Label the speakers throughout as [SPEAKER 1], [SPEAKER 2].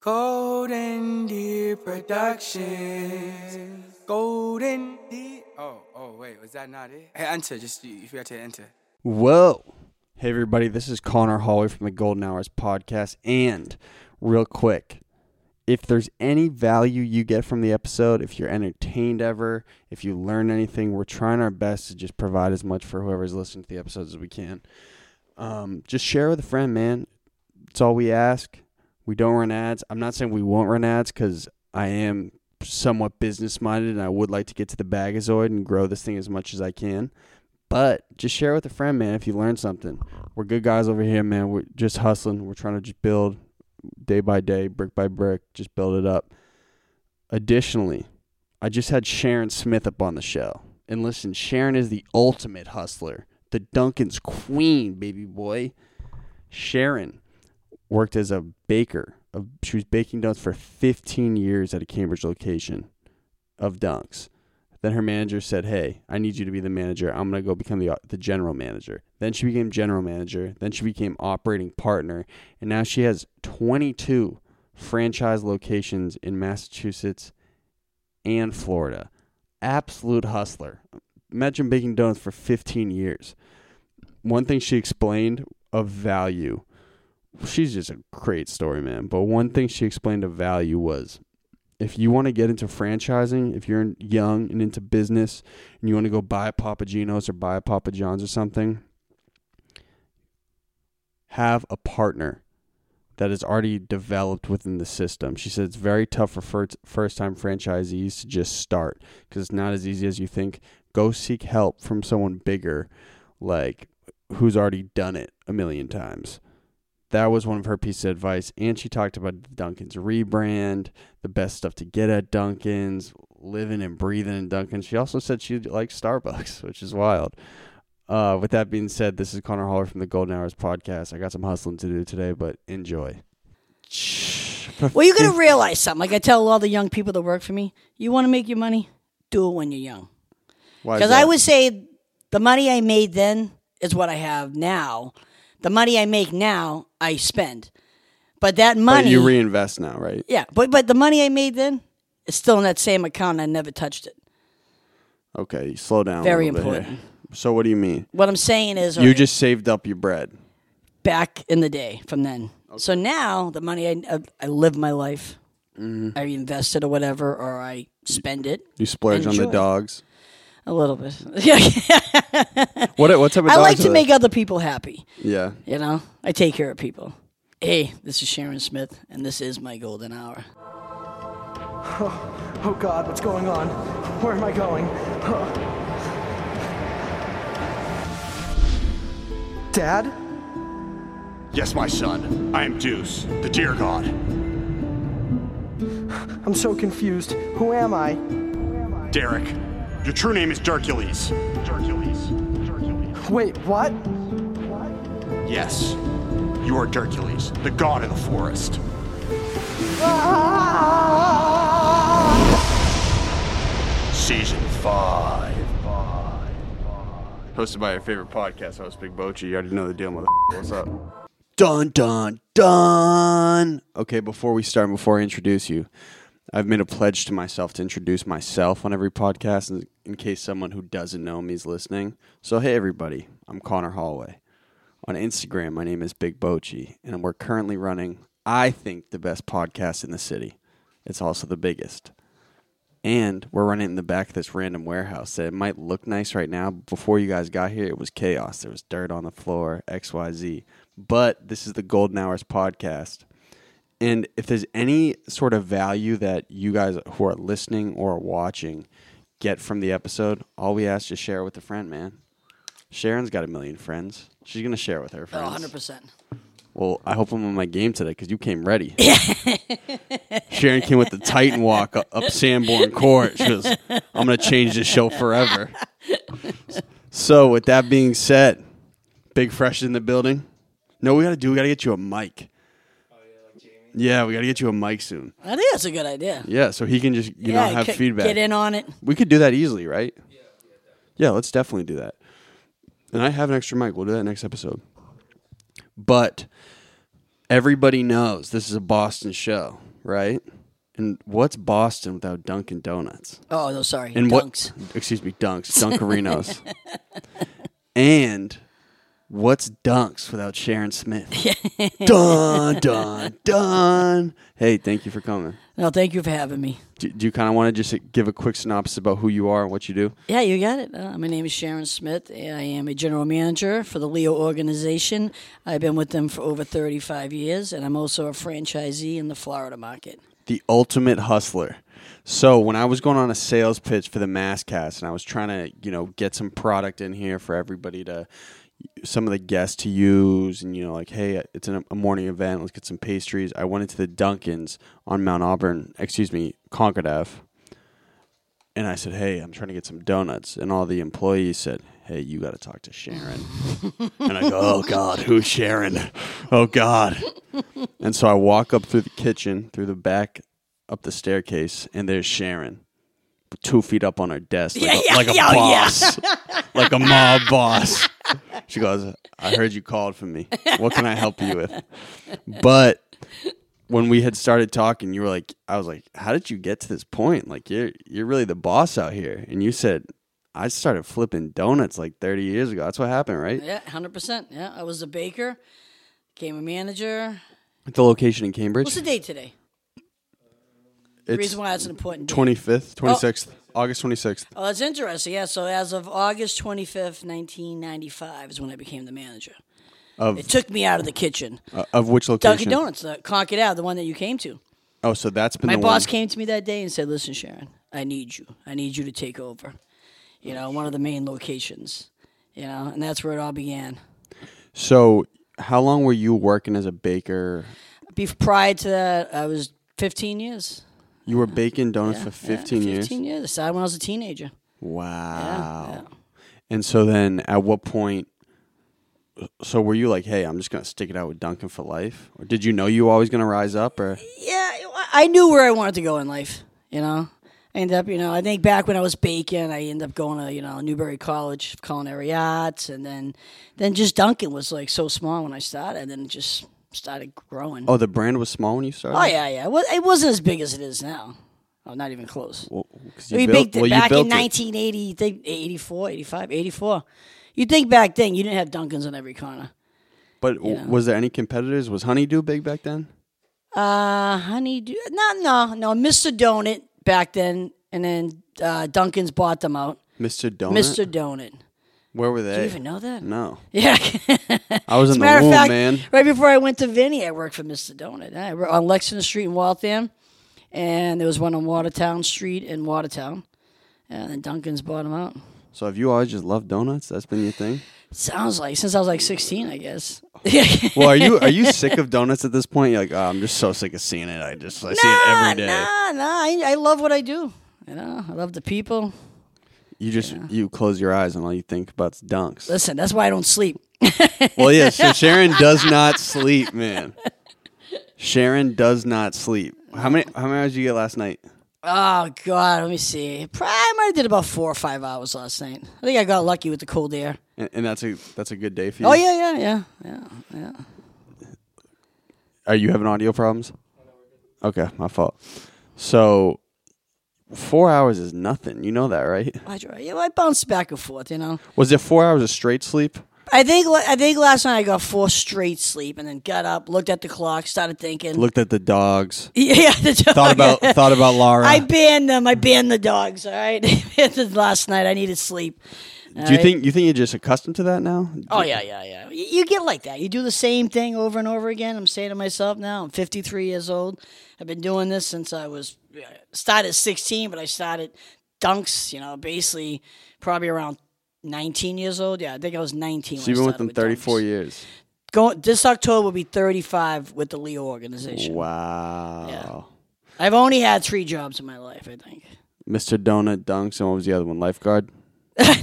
[SPEAKER 1] Golden Deer Productions. Golden Deer. Oh, oh, wait, was that not it? Hey, enter. Just you, you forgot to enter.
[SPEAKER 2] Whoa. Hey, everybody. This is Connor Holloway from the Golden Hours podcast. And real quick, if there's any value you get from the episode, if you're entertained ever, if you learn anything, we're trying our best to just provide as much for whoever's listening to the episodes as we can. Um, just share with a friend, man. It's all we ask. We don't run ads. I'm not saying we won't run ads because I am somewhat business minded and I would like to get to the bagazoid and grow this thing as much as I can. But just share with a friend, man, if you learned something. We're good guys over here, man. We're just hustling. We're trying to just build day by day, brick by brick, just build it up. Additionally, I just had Sharon Smith up on the show. And listen, Sharon is the ultimate hustler, the Duncan's queen, baby boy. Sharon worked as a baker. of- She was baking dunks for 15 years at a Cambridge location of dunks. Then her manager said, "Hey, I need you to be the manager. I'm gonna go become the the general manager." Then she became general manager. Then she became operating partner, and now she has 22 franchise locations in Massachusetts and Florida. Absolute hustler. Imagine baking donuts for 15 years. One thing she explained of value. She's just a great story, man. But one thing she explained of value was if you want to get into franchising, if you're young and into business and you want to go buy a Papa Gino's or buy a Papa John's or something, have a partner that is already developed within the system. She said it's very tough for first, first time franchisees to just start because it's not as easy as you think. Go seek help from someone bigger, like who's already done it a million times. That was one of her pieces of advice. And she talked about the Duncan's rebrand, the best stuff to get at Duncan's, living and breathing in Duncan's. She also said she likes Starbucks, which is wild. Uh, with that being said, this is Connor Holler from the Golden Hours podcast. I got some hustling to do today, but enjoy.
[SPEAKER 3] Well, you're gonna realize something. Like I tell all the young people that work for me, you want to make your money, do it when you're young.
[SPEAKER 2] Why is
[SPEAKER 3] Because I
[SPEAKER 2] that?
[SPEAKER 3] would say the money I made then is what I have now. The money I make now, I spend. But that
[SPEAKER 2] But
[SPEAKER 3] money,
[SPEAKER 2] you reinvest now, right?
[SPEAKER 3] yeah, but but the money I made then is still in that same account. I never touched it.
[SPEAKER 2] Okay, you slow down. a
[SPEAKER 3] Very
[SPEAKER 2] little bit here.
[SPEAKER 3] important.
[SPEAKER 2] So what do you mean?
[SPEAKER 3] What I'm saying is,
[SPEAKER 2] You
[SPEAKER 3] alright,
[SPEAKER 2] just saved up your bread.
[SPEAKER 3] back in the day from then. So now the money I I, I live my life.
[SPEAKER 2] Mm-hmm.
[SPEAKER 3] I invest it or whatever, or I spend it
[SPEAKER 2] You splurge on the
[SPEAKER 3] Enjoy.
[SPEAKER 2] dogs.
[SPEAKER 3] a little bit. Yeah.
[SPEAKER 2] What what type of
[SPEAKER 3] I
[SPEAKER 2] dogs
[SPEAKER 3] like
[SPEAKER 2] are
[SPEAKER 3] to
[SPEAKER 2] they?
[SPEAKER 3] make other people happy.
[SPEAKER 2] Yeah.
[SPEAKER 3] You know, I take care of people. Hey, this is Sharon Smith, and this is my golden hour.
[SPEAKER 4] Oh God, what's going on? Where am I going? Huh. Dad?
[SPEAKER 5] Yes, my son. I am Deuce, the deer god.
[SPEAKER 4] I'm so confused. Who am I?
[SPEAKER 5] Derek, your true name is Dercules. Dercules. Dercules.
[SPEAKER 4] Wait, what?
[SPEAKER 5] Yes, you are Dercules, the god of the forest. Season five. Hosted by your favorite podcast host, Big Bochi. You already know the deal, mother. What's up?
[SPEAKER 2] Dun dun dun. Okay, before we start, before I introduce you, I've made a pledge to myself to introduce myself on every podcast in, in case someone who doesn't know me is listening. So, hey everybody, I'm Connor Holloway. On Instagram, my name is Big Bochi, and we're currently running, I think, the best podcast in the city. It's also the biggest. And we're running it in the back of this random warehouse that it might look nice right now. but Before you guys got here, it was chaos. There was dirt on the floor, XYZ. But this is the Golden Hours podcast. And if there's any sort of value that you guys who are listening or watching get from the episode, all we ask is share it with a friend, man. Sharon's got a million friends. She's going to share with her friends.
[SPEAKER 3] 100%.
[SPEAKER 2] Well, I hope I'm on my game today because you came ready. Sharon came with the Titan walk up, up Sanborn Court. She goes, I'm going to change this show forever. So, with that being said, Big Fresh is in the building. No, we got to do, we got to get you a mic. Yeah, we got to get you a mic soon.
[SPEAKER 3] I think that's a good idea.
[SPEAKER 2] Yeah, so he can just, you know, have
[SPEAKER 3] get-
[SPEAKER 2] feedback.
[SPEAKER 3] Get in on it.
[SPEAKER 2] We could do that easily, right? Yeah, yeah, let's definitely do that. And I have an extra mic. We'll do that next episode. But everybody knows this is a Boston show, right? And what's Boston without Dunkin' Donuts?
[SPEAKER 3] Oh no, sorry.
[SPEAKER 2] And
[SPEAKER 3] Dunks.
[SPEAKER 2] what? Excuse me, Dunks, Dunkerinos. and what's Dunks without Sharon Smith? dun dun dun. Hey, thank you for coming.
[SPEAKER 3] No, thank you for having me.
[SPEAKER 2] Do, do you kind of want to just give a quick synopsis about who you are and what you do?
[SPEAKER 3] Yeah, you got it. Uh, my name is Sharon Smith. I am a general manager for the Leo organization. I've been with them for over 35 years, and I'm also a franchisee in the Florida market.
[SPEAKER 2] The ultimate hustler. So when I was going on a sales pitch for the Masscast, and I was trying to, you know, get some product in here for everybody to, some of the guests to use, and you know, like, hey, it's an, a morning event. Let's get some pastries. I went into the Dunkins on Mount Auburn, excuse me, Concord Ave, and I said, hey, I'm trying to get some donuts, and all the employees said. Hey, you got to talk to Sharon. and I go, oh God, who's Sharon? Oh God. And so I walk up through the kitchen, through the back, up the staircase, and there's Sharon, two feet up on her desk, like,
[SPEAKER 3] Yeah, yeah,
[SPEAKER 2] a, like a
[SPEAKER 3] yeah, oh, yeah.
[SPEAKER 2] boss, like a mob boss. She goes, I heard you called for me. What can I help you with? But when we had started talking, you were like, I was like, how did you get to this point? Like you're you're really the boss out here. And you said, I started flipping donuts like 30 years ago. That's what happened, right?
[SPEAKER 3] Yeah, 100%. Yeah, I was a baker, became a manager.
[SPEAKER 2] At the location in Cambridge.
[SPEAKER 3] What's the date today? The
[SPEAKER 2] It's
[SPEAKER 3] reason why it's an important date.
[SPEAKER 2] 25th, 26th, August 26th.
[SPEAKER 3] Oh, that's interesting. Yeah, so as of August 25th, 1995 is when I became the manager.
[SPEAKER 2] Of-
[SPEAKER 3] it took me out of the kitchen.
[SPEAKER 2] Uh, of which
[SPEAKER 3] Dunkin'
[SPEAKER 2] location?
[SPEAKER 3] Donuts, the Conk It Out, the one that you came to.
[SPEAKER 2] Oh, so that's been
[SPEAKER 3] My
[SPEAKER 2] the
[SPEAKER 3] boss
[SPEAKER 2] one.
[SPEAKER 3] came to me that day and said, "Listen, Sharon, I need you. I need you to take over. You know, one of the main locations. You know, and that's where it all began.
[SPEAKER 2] So how long were you working as a baker?
[SPEAKER 3] Be- prior to that, I was 15 years.
[SPEAKER 2] You were baking donuts for
[SPEAKER 3] Yeah,
[SPEAKER 2] 15, years.
[SPEAKER 3] 15 years. I started when I was a teenager.
[SPEAKER 2] Wow.
[SPEAKER 3] yeah.
[SPEAKER 2] And so then at what point so were you like, "Hey, I'm just going to stick it out with Duncan for life?" Or did you know you were always going to rise up or
[SPEAKER 3] yeah, I- I knew where I wanted to go in life. You know, I ended up, you know, I think back when I was baking, I ended up going to, you know, Newberry College of Culinary Arts, and then, then just Duncan was like so small when I started, and then it just started growing.
[SPEAKER 2] Oh, the brand was small when you started?
[SPEAKER 3] Oh yeah, yeah. It wa- It wasn't as big as it is now. Oh, not even close.
[SPEAKER 2] Well, 'cause you
[SPEAKER 3] we
[SPEAKER 2] built-
[SPEAKER 3] baked it
[SPEAKER 2] well, you
[SPEAKER 3] back
[SPEAKER 2] built
[SPEAKER 3] in 1980, you think 84, 85, 84. You think back then, you didn't have Dunkin's on every corner.
[SPEAKER 2] But w- was there any competitors? Was Honeydew big back then?
[SPEAKER 3] Uh, honeydew. No, no, no. Mr. Donut back then, and then uh, Dunkin's bought them out.
[SPEAKER 2] Mr. Donut?
[SPEAKER 3] Mr. Donut.
[SPEAKER 2] Where were they?
[SPEAKER 3] Do you even know that?
[SPEAKER 2] No.
[SPEAKER 3] Yeah.
[SPEAKER 2] I was in the
[SPEAKER 3] Matter of
[SPEAKER 2] womb,
[SPEAKER 3] fact,
[SPEAKER 2] man.
[SPEAKER 3] right before I went to Vinny, I worked for Mr. Donut I, wor- on Lexington Street in Waltham, and there was one on Watertown Street in Watertown, and then Duncan's bought them out.
[SPEAKER 2] So have you always just loved donuts? That's been your thing.
[SPEAKER 3] Sounds like since I was like 16, I guess.
[SPEAKER 2] Well, are you are you sick of donuts at this point? You're like, oh, I'm just so sick of seeing it. I just I see it every day.
[SPEAKER 3] Nah, nah. I, I love what I do. You know, I love the people.
[SPEAKER 2] You just you close your eyes and all you think about is dunks.
[SPEAKER 3] Listen, that's why I don't sleep.
[SPEAKER 2] well, yeah. So Sharon does not sleep, man. Sharon does not sleep. How many how many hours did you get last night?
[SPEAKER 3] Oh God, let me see. Probably I might have did about four or five hours last night. I think I got lucky with the cold air.
[SPEAKER 2] And, and that's a that's a good day for you.
[SPEAKER 3] Oh yeah, yeah, yeah, yeah, yeah.
[SPEAKER 2] Are you having audio problems? Okay, my fault. So four hours is nothing. You know that, right?
[SPEAKER 3] I try. You know, I bounced back and forth. You know,
[SPEAKER 2] Was it four hours of straight sleep?
[SPEAKER 3] I think la- I think last night I got four straight sleep, and then got up, looked at the clock, started thinking.
[SPEAKER 2] Looked at the dogs.
[SPEAKER 3] Oh, yeah, the dog.
[SPEAKER 2] Thought about thought about Laura.
[SPEAKER 3] I banned them. I banned the dogs. All right, last night I needed sleep.
[SPEAKER 2] Do you think you think you're just accustomed to that now?
[SPEAKER 3] Oh yeah, yeah, yeah. You, you get like that. You do the same thing over and over again. I'm saying to myself now, I'm 53 years old. I've been doing this since I was uh, started at 16, but I started dunks. You know, basically probably around 19 years old. Yeah, I think I was 19.
[SPEAKER 2] So
[SPEAKER 3] when
[SPEAKER 2] you've
[SPEAKER 3] I
[SPEAKER 2] been with
[SPEAKER 3] started
[SPEAKER 2] them
[SPEAKER 3] with
[SPEAKER 2] 34
[SPEAKER 3] dunks.
[SPEAKER 2] years.
[SPEAKER 3] Go, this October will be 35 with the Leo organization.
[SPEAKER 2] Wow.
[SPEAKER 3] I've only had three jobs in my life. I think.
[SPEAKER 2] Mr. Donut Dunks and what was the other one? Lifeguard.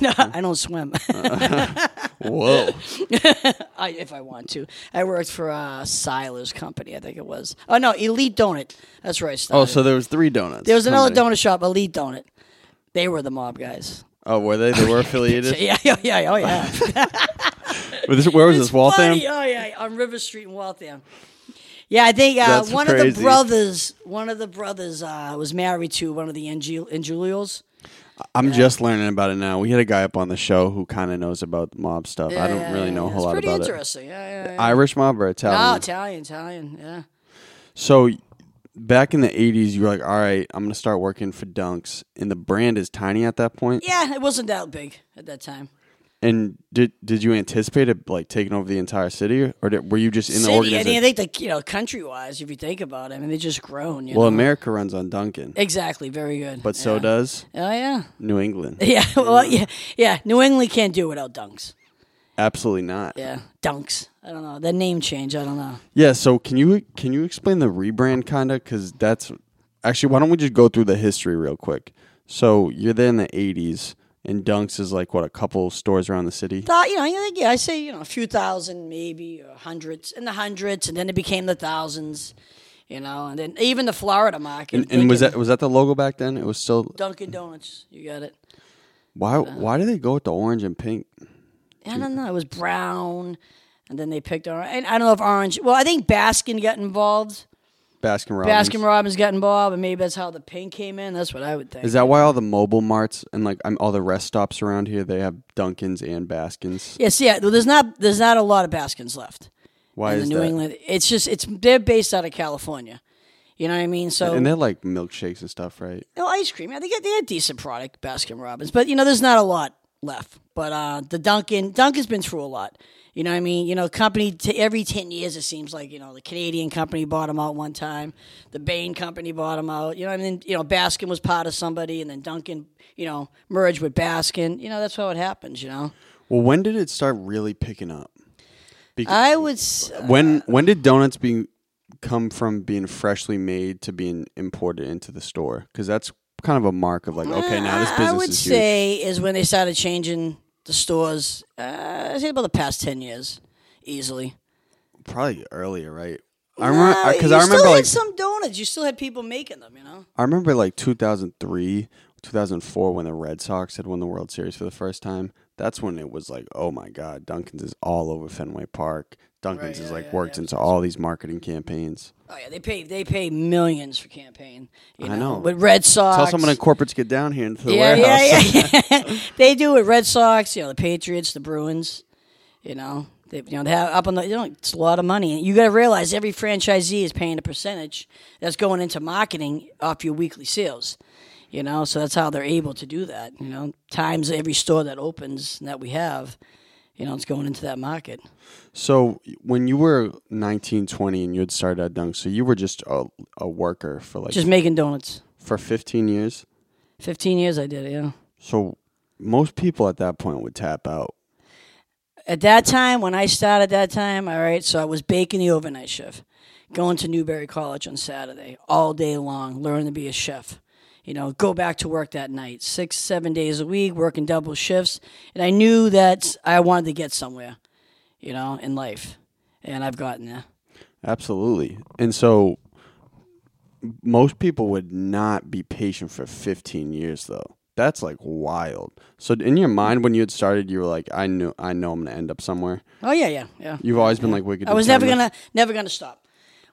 [SPEAKER 3] no, I don't swim.
[SPEAKER 2] Uh. Whoa.
[SPEAKER 3] I, if I want to. I worked for uh, Siler's company, I think it was. Oh no, Elite Donut. That's where I started.
[SPEAKER 2] oh, so there was three donuts.
[SPEAKER 3] there was another
[SPEAKER 2] company.
[SPEAKER 3] donut shop, Elite Donut. They were the mob guys.
[SPEAKER 2] Oh, were they? They were affiliated.
[SPEAKER 3] Yeah, yeah, yeah, oh yeah.
[SPEAKER 2] Where was this? Waltham.
[SPEAKER 3] Funny, Oh yeah, on River Street in Waltham. Yeah, I think uh,
[SPEAKER 2] That's
[SPEAKER 3] one of
[SPEAKER 2] crazy.
[SPEAKER 3] the brothers, one of the brothers uh, was married to one of the Angel- Angelios.
[SPEAKER 2] I'm just learning about it now. We had a guy up on the show who kind of knows about mob stuff. I don't really know a whole lot
[SPEAKER 3] pretty
[SPEAKER 2] about it.
[SPEAKER 3] interesting. Yeah, yeah, yeah.
[SPEAKER 2] Irish mob or Italian?
[SPEAKER 3] No, Oh, Italian, Italian. Yeah.
[SPEAKER 2] So back in the 80s, you were like, all right, I'm going to start working for Dunks. And the brand is tiny at that point.
[SPEAKER 3] Yeah, it wasn't that big at that time.
[SPEAKER 2] And did did you anticipate it like taking over the entire city? Or, or did, were you just in the
[SPEAKER 3] City, I,
[SPEAKER 2] organization?
[SPEAKER 3] mean, I think the you know country wise, if you think about it, I mean they just grown. You
[SPEAKER 2] well,
[SPEAKER 3] know?
[SPEAKER 2] America runs on Duncan,
[SPEAKER 3] exactly, very good.
[SPEAKER 2] but so
[SPEAKER 3] yeah.
[SPEAKER 2] does
[SPEAKER 3] Oh yeah,
[SPEAKER 2] New England.
[SPEAKER 3] yeah. Well, yeah, yeah. New England can't do without dunks.
[SPEAKER 2] Absolutely not.
[SPEAKER 3] Yeah, dunks. I don't know that name change. I don't know.
[SPEAKER 2] Yeah, so can you can you explain the rebrand kinda cuz that's actually why don't we just go through the history real quick. So, you're there in the 80s and Dunks is like what a couple stores around the city.
[SPEAKER 3] Thou- you know, you think, yeah, I say you know a few thousand, maybe or hundreds, in the hundreds, and then it became the thousands. You know, and then even the Florida market.
[SPEAKER 2] And, and was
[SPEAKER 3] thinking
[SPEAKER 2] that was that the logo back then? It was still
[SPEAKER 3] Dunkin' Donuts? You got it.
[SPEAKER 2] why
[SPEAKER 3] Uh,
[SPEAKER 2] why do they go with the orange and pink?
[SPEAKER 3] I don't know. It was brown, and then they picked orange. And I don't know if orange. Well, I think Baskin got involved.
[SPEAKER 2] Baskin Robbins.
[SPEAKER 3] Baskin Robbins got involved, and maybe that's how the pink came in. That's what I would think.
[SPEAKER 2] Is that why all the mobile marts and like um, all the rest stops around here they have Dunkins and Baskins?
[SPEAKER 3] yes, yeah. Well, there's not there's not a lot of Baskins left
[SPEAKER 2] Why
[SPEAKER 3] in the
[SPEAKER 2] is
[SPEAKER 3] New
[SPEAKER 2] that?
[SPEAKER 3] England. It's just it's they're based out of California. You know what I mean? So
[SPEAKER 2] And they're like milkshakes and stuff, right?
[SPEAKER 3] No ice cream. Yeah, they get they had decent product, Baskin Robbins, but you know, there's not a lot left. But uh, the Dunkin' Dunkin's been through a lot. You know, what I mean, you know, company t- every ten years it seems like you know the Canadian company bought them out one time, the Bain company bought them out. You know, what I mean, you know, Baskin was part of somebody, and then Dunkin', you know, merged with Baskin. You know, that's how it happens. You know,
[SPEAKER 2] Well, when did it start really picking up? Because
[SPEAKER 3] I would. s-
[SPEAKER 2] when when did donuts being come from being freshly made to being imported into the store? Because that's kind of a mark of like, okay, now this business
[SPEAKER 3] Uh, I would
[SPEAKER 2] is huge.
[SPEAKER 3] say is when they started changing the stores. Uh, I say about the past ten years, easily.
[SPEAKER 2] probably earlier, right? I
[SPEAKER 3] Uh,
[SPEAKER 2] remember because
[SPEAKER 3] you
[SPEAKER 2] I remember
[SPEAKER 3] still
[SPEAKER 2] like
[SPEAKER 3] had some donuts. You still had people making them, you know.
[SPEAKER 2] I remember like 2003, 2004 when the Red Sox had won the World Series for the first time. That's when it was like, oh my God, Duncan's is all over Fenway Park. Duncan's is like worked into all these marketing campaigns.
[SPEAKER 3] Oh yeah, they pay they pay millions for campaign. You
[SPEAKER 2] I know.
[SPEAKER 3] with Red Sox.
[SPEAKER 2] Tell someone in corporate to get down here into the
[SPEAKER 3] yeah,
[SPEAKER 2] warehouse.
[SPEAKER 3] yeah, yeah, they do with Red Sox. You know the Patriots, the Bruins. You know they you know they have up on the you know it's a lot of money. You got to realize every franchisee is paying a percentage that's going into marketing off your weekly sales. You know, so that's how they're able to do that. You know, times every store that opens that we have, you know, it's going into that market.
[SPEAKER 2] So when you were 19, 20 and you had started at Dunk, so you were just a, a worker for like
[SPEAKER 3] Just making donuts.
[SPEAKER 2] for 15 years.
[SPEAKER 3] 15 years I did it, yeah.
[SPEAKER 2] So most people at that point would tap out.
[SPEAKER 3] At that time, when I started that time, all right, so I was baking the overnight shift, going to Newberry College on Saturday, all day long, learning to be a chef. You know, go back to work that night, six, seven days a week, working double shifts. And I knew that I wanted to get somewhere, you know, in life. And I've gotten there.
[SPEAKER 2] Absolutely. And so most people would not be patient for 15 years though. That's like wild. So in your mind when you had started you were like I knew I know I'm going to end up somewhere.
[SPEAKER 3] Oh, yeah, yeah, yeah.
[SPEAKER 2] You've always been like wicked
[SPEAKER 3] I was never going
[SPEAKER 2] determined.
[SPEAKER 3] to, never going to stop.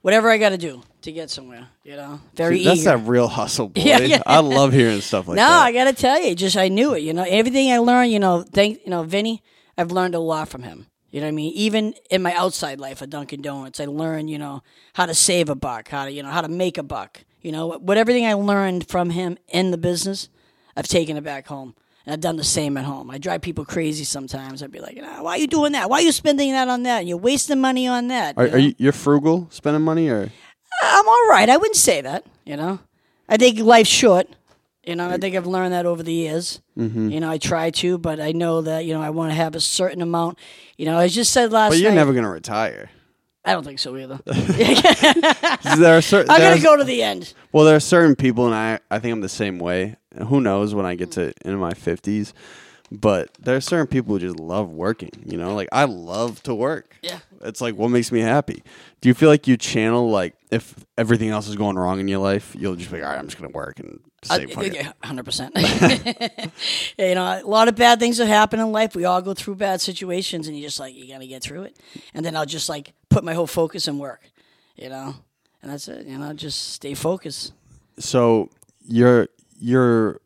[SPEAKER 3] Whatever I got to do to get somewhere, you know, very
[SPEAKER 2] Dude, That's
[SPEAKER 3] eager.
[SPEAKER 2] that real hustle boy.
[SPEAKER 3] Yeah, yeah.
[SPEAKER 2] I love hearing stuff like
[SPEAKER 3] no,
[SPEAKER 2] that.
[SPEAKER 3] I gotta tell you, just I knew it. You know, everything I learned. You know, thank you know Vinny. I've learned a lot from him. You know what I mean? Even in my outside life at Dunkin' Donuts, I learned you know how to save a buck, how to you know how to make a buck. You know, what everything I learned from him in the business, I've taken it back home. And I've done the same at home. I drive people crazy sometimes. I'd be like, "Ah, why are you doing that? Why are you spending that on that? And you're wasting money on that.
[SPEAKER 2] Are,
[SPEAKER 3] you
[SPEAKER 2] are
[SPEAKER 3] know?
[SPEAKER 2] you you're frugal spending money or
[SPEAKER 3] I'm all right. I wouldn't say that. You know, I think life's short. You know, I think I've learned that over the years. Mm-hmm. You know, I try to, but I know that you know I want to have a certain amount. You know, I just said last
[SPEAKER 2] But you're
[SPEAKER 3] night.
[SPEAKER 2] never going to retire.
[SPEAKER 3] I don't think so either.
[SPEAKER 2] There are certain
[SPEAKER 3] I'm gonna go to the end.
[SPEAKER 2] Well, there are certain people, and I, I think I'm the same way. And who knows when I get to in my 50s, but there are certain people who just love working. You know, like I love to work.
[SPEAKER 3] Yeah.
[SPEAKER 2] it's like what makes me happy. Do you feel like you channel like if everything else is going wrong in your life, you'll just be like, all right, I'm just gonna work and save fuck it."
[SPEAKER 3] Uh, Hundred percent. You know, a lot of bad things that happen in life. We all go through bad situations, and you just like you gotta get through it. And then I'll just like put my whole focus in work. you know, and that's it. You know, just stay focused.
[SPEAKER 2] so you're you're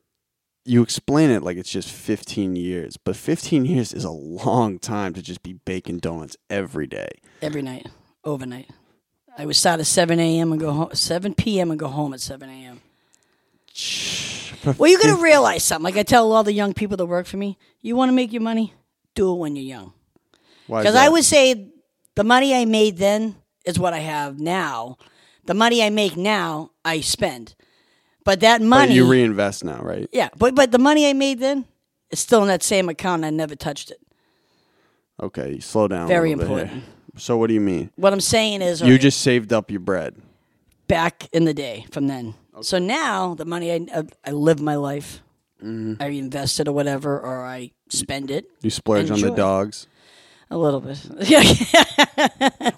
[SPEAKER 2] you explain it like it's just 15 years but 15 years is a long time to just be baking donuts every day
[SPEAKER 3] every night, overnight. I would start at seven a.m. and go home, seven p.m. and go home at seven a.m. Well, you got to realize something. Like I tell all the young people that work for me, you want to make your money, do it when you're young.
[SPEAKER 2] Why is
[SPEAKER 3] Because I
[SPEAKER 2] that?
[SPEAKER 3] would say the money I made then is what I have now. The money I make now, I spend. But that
[SPEAKER 2] But
[SPEAKER 3] money,
[SPEAKER 2] you reinvest now right
[SPEAKER 3] yeah, but but the money I made then is still in that same account. I never touched it.
[SPEAKER 2] okay you slow down a
[SPEAKER 3] Very
[SPEAKER 2] little bit here.
[SPEAKER 3] important.
[SPEAKER 2] so what do you mean
[SPEAKER 3] What I'm saying is,
[SPEAKER 2] you
[SPEAKER 3] alright,
[SPEAKER 2] just saved up your bread
[SPEAKER 3] back in the day from then. So now the money I I, I live my life. I invest it or whatever, or I spend it
[SPEAKER 2] you splurge on the
[SPEAKER 3] Enjoy.
[SPEAKER 2] dogs
[SPEAKER 3] a little bit.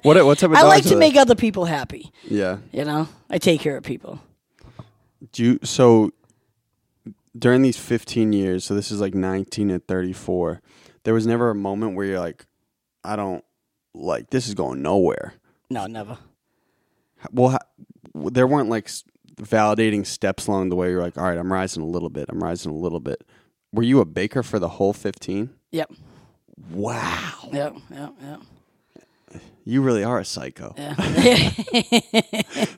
[SPEAKER 2] what what type of
[SPEAKER 3] I
[SPEAKER 2] dogs
[SPEAKER 3] like
[SPEAKER 2] are
[SPEAKER 3] to
[SPEAKER 2] they?
[SPEAKER 3] make other people happy.
[SPEAKER 2] yeah
[SPEAKER 3] You know, I take care of people.
[SPEAKER 2] do you so during these 15 years so this is like 19 and 34 there was never a moment where you're like i don't like this is going nowhere
[SPEAKER 3] No, never.
[SPEAKER 2] well ha- w- there weren't like s- validating steps along the way you're like all right i'm rising a little bit i'm rising a little bit were you a baker for the whole 15
[SPEAKER 3] Yep,
[SPEAKER 2] wow
[SPEAKER 3] yep, yep, yep.
[SPEAKER 2] you really are a psycho
[SPEAKER 3] Yeah.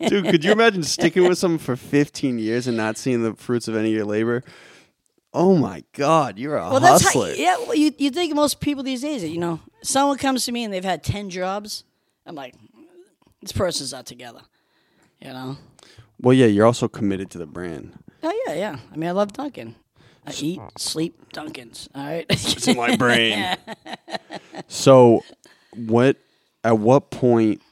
[SPEAKER 2] dude could you imagine sticking with someone for 15 years and not seeing the fruits of any of your labor oh my god you're a
[SPEAKER 3] well, that's
[SPEAKER 2] hustler
[SPEAKER 3] how. Yeah, well, you you think most people these days, you know, someone comes to me and they've had ten jobs. I'm like, this person's not together. You know.
[SPEAKER 2] well yeah you're also committed to the brand
[SPEAKER 3] Oh yeah, yeah. I mean, I love Dunkin'. I eat, sleep, Dunkin's. All right.
[SPEAKER 5] It's in my brain.
[SPEAKER 2] So, what? At what point?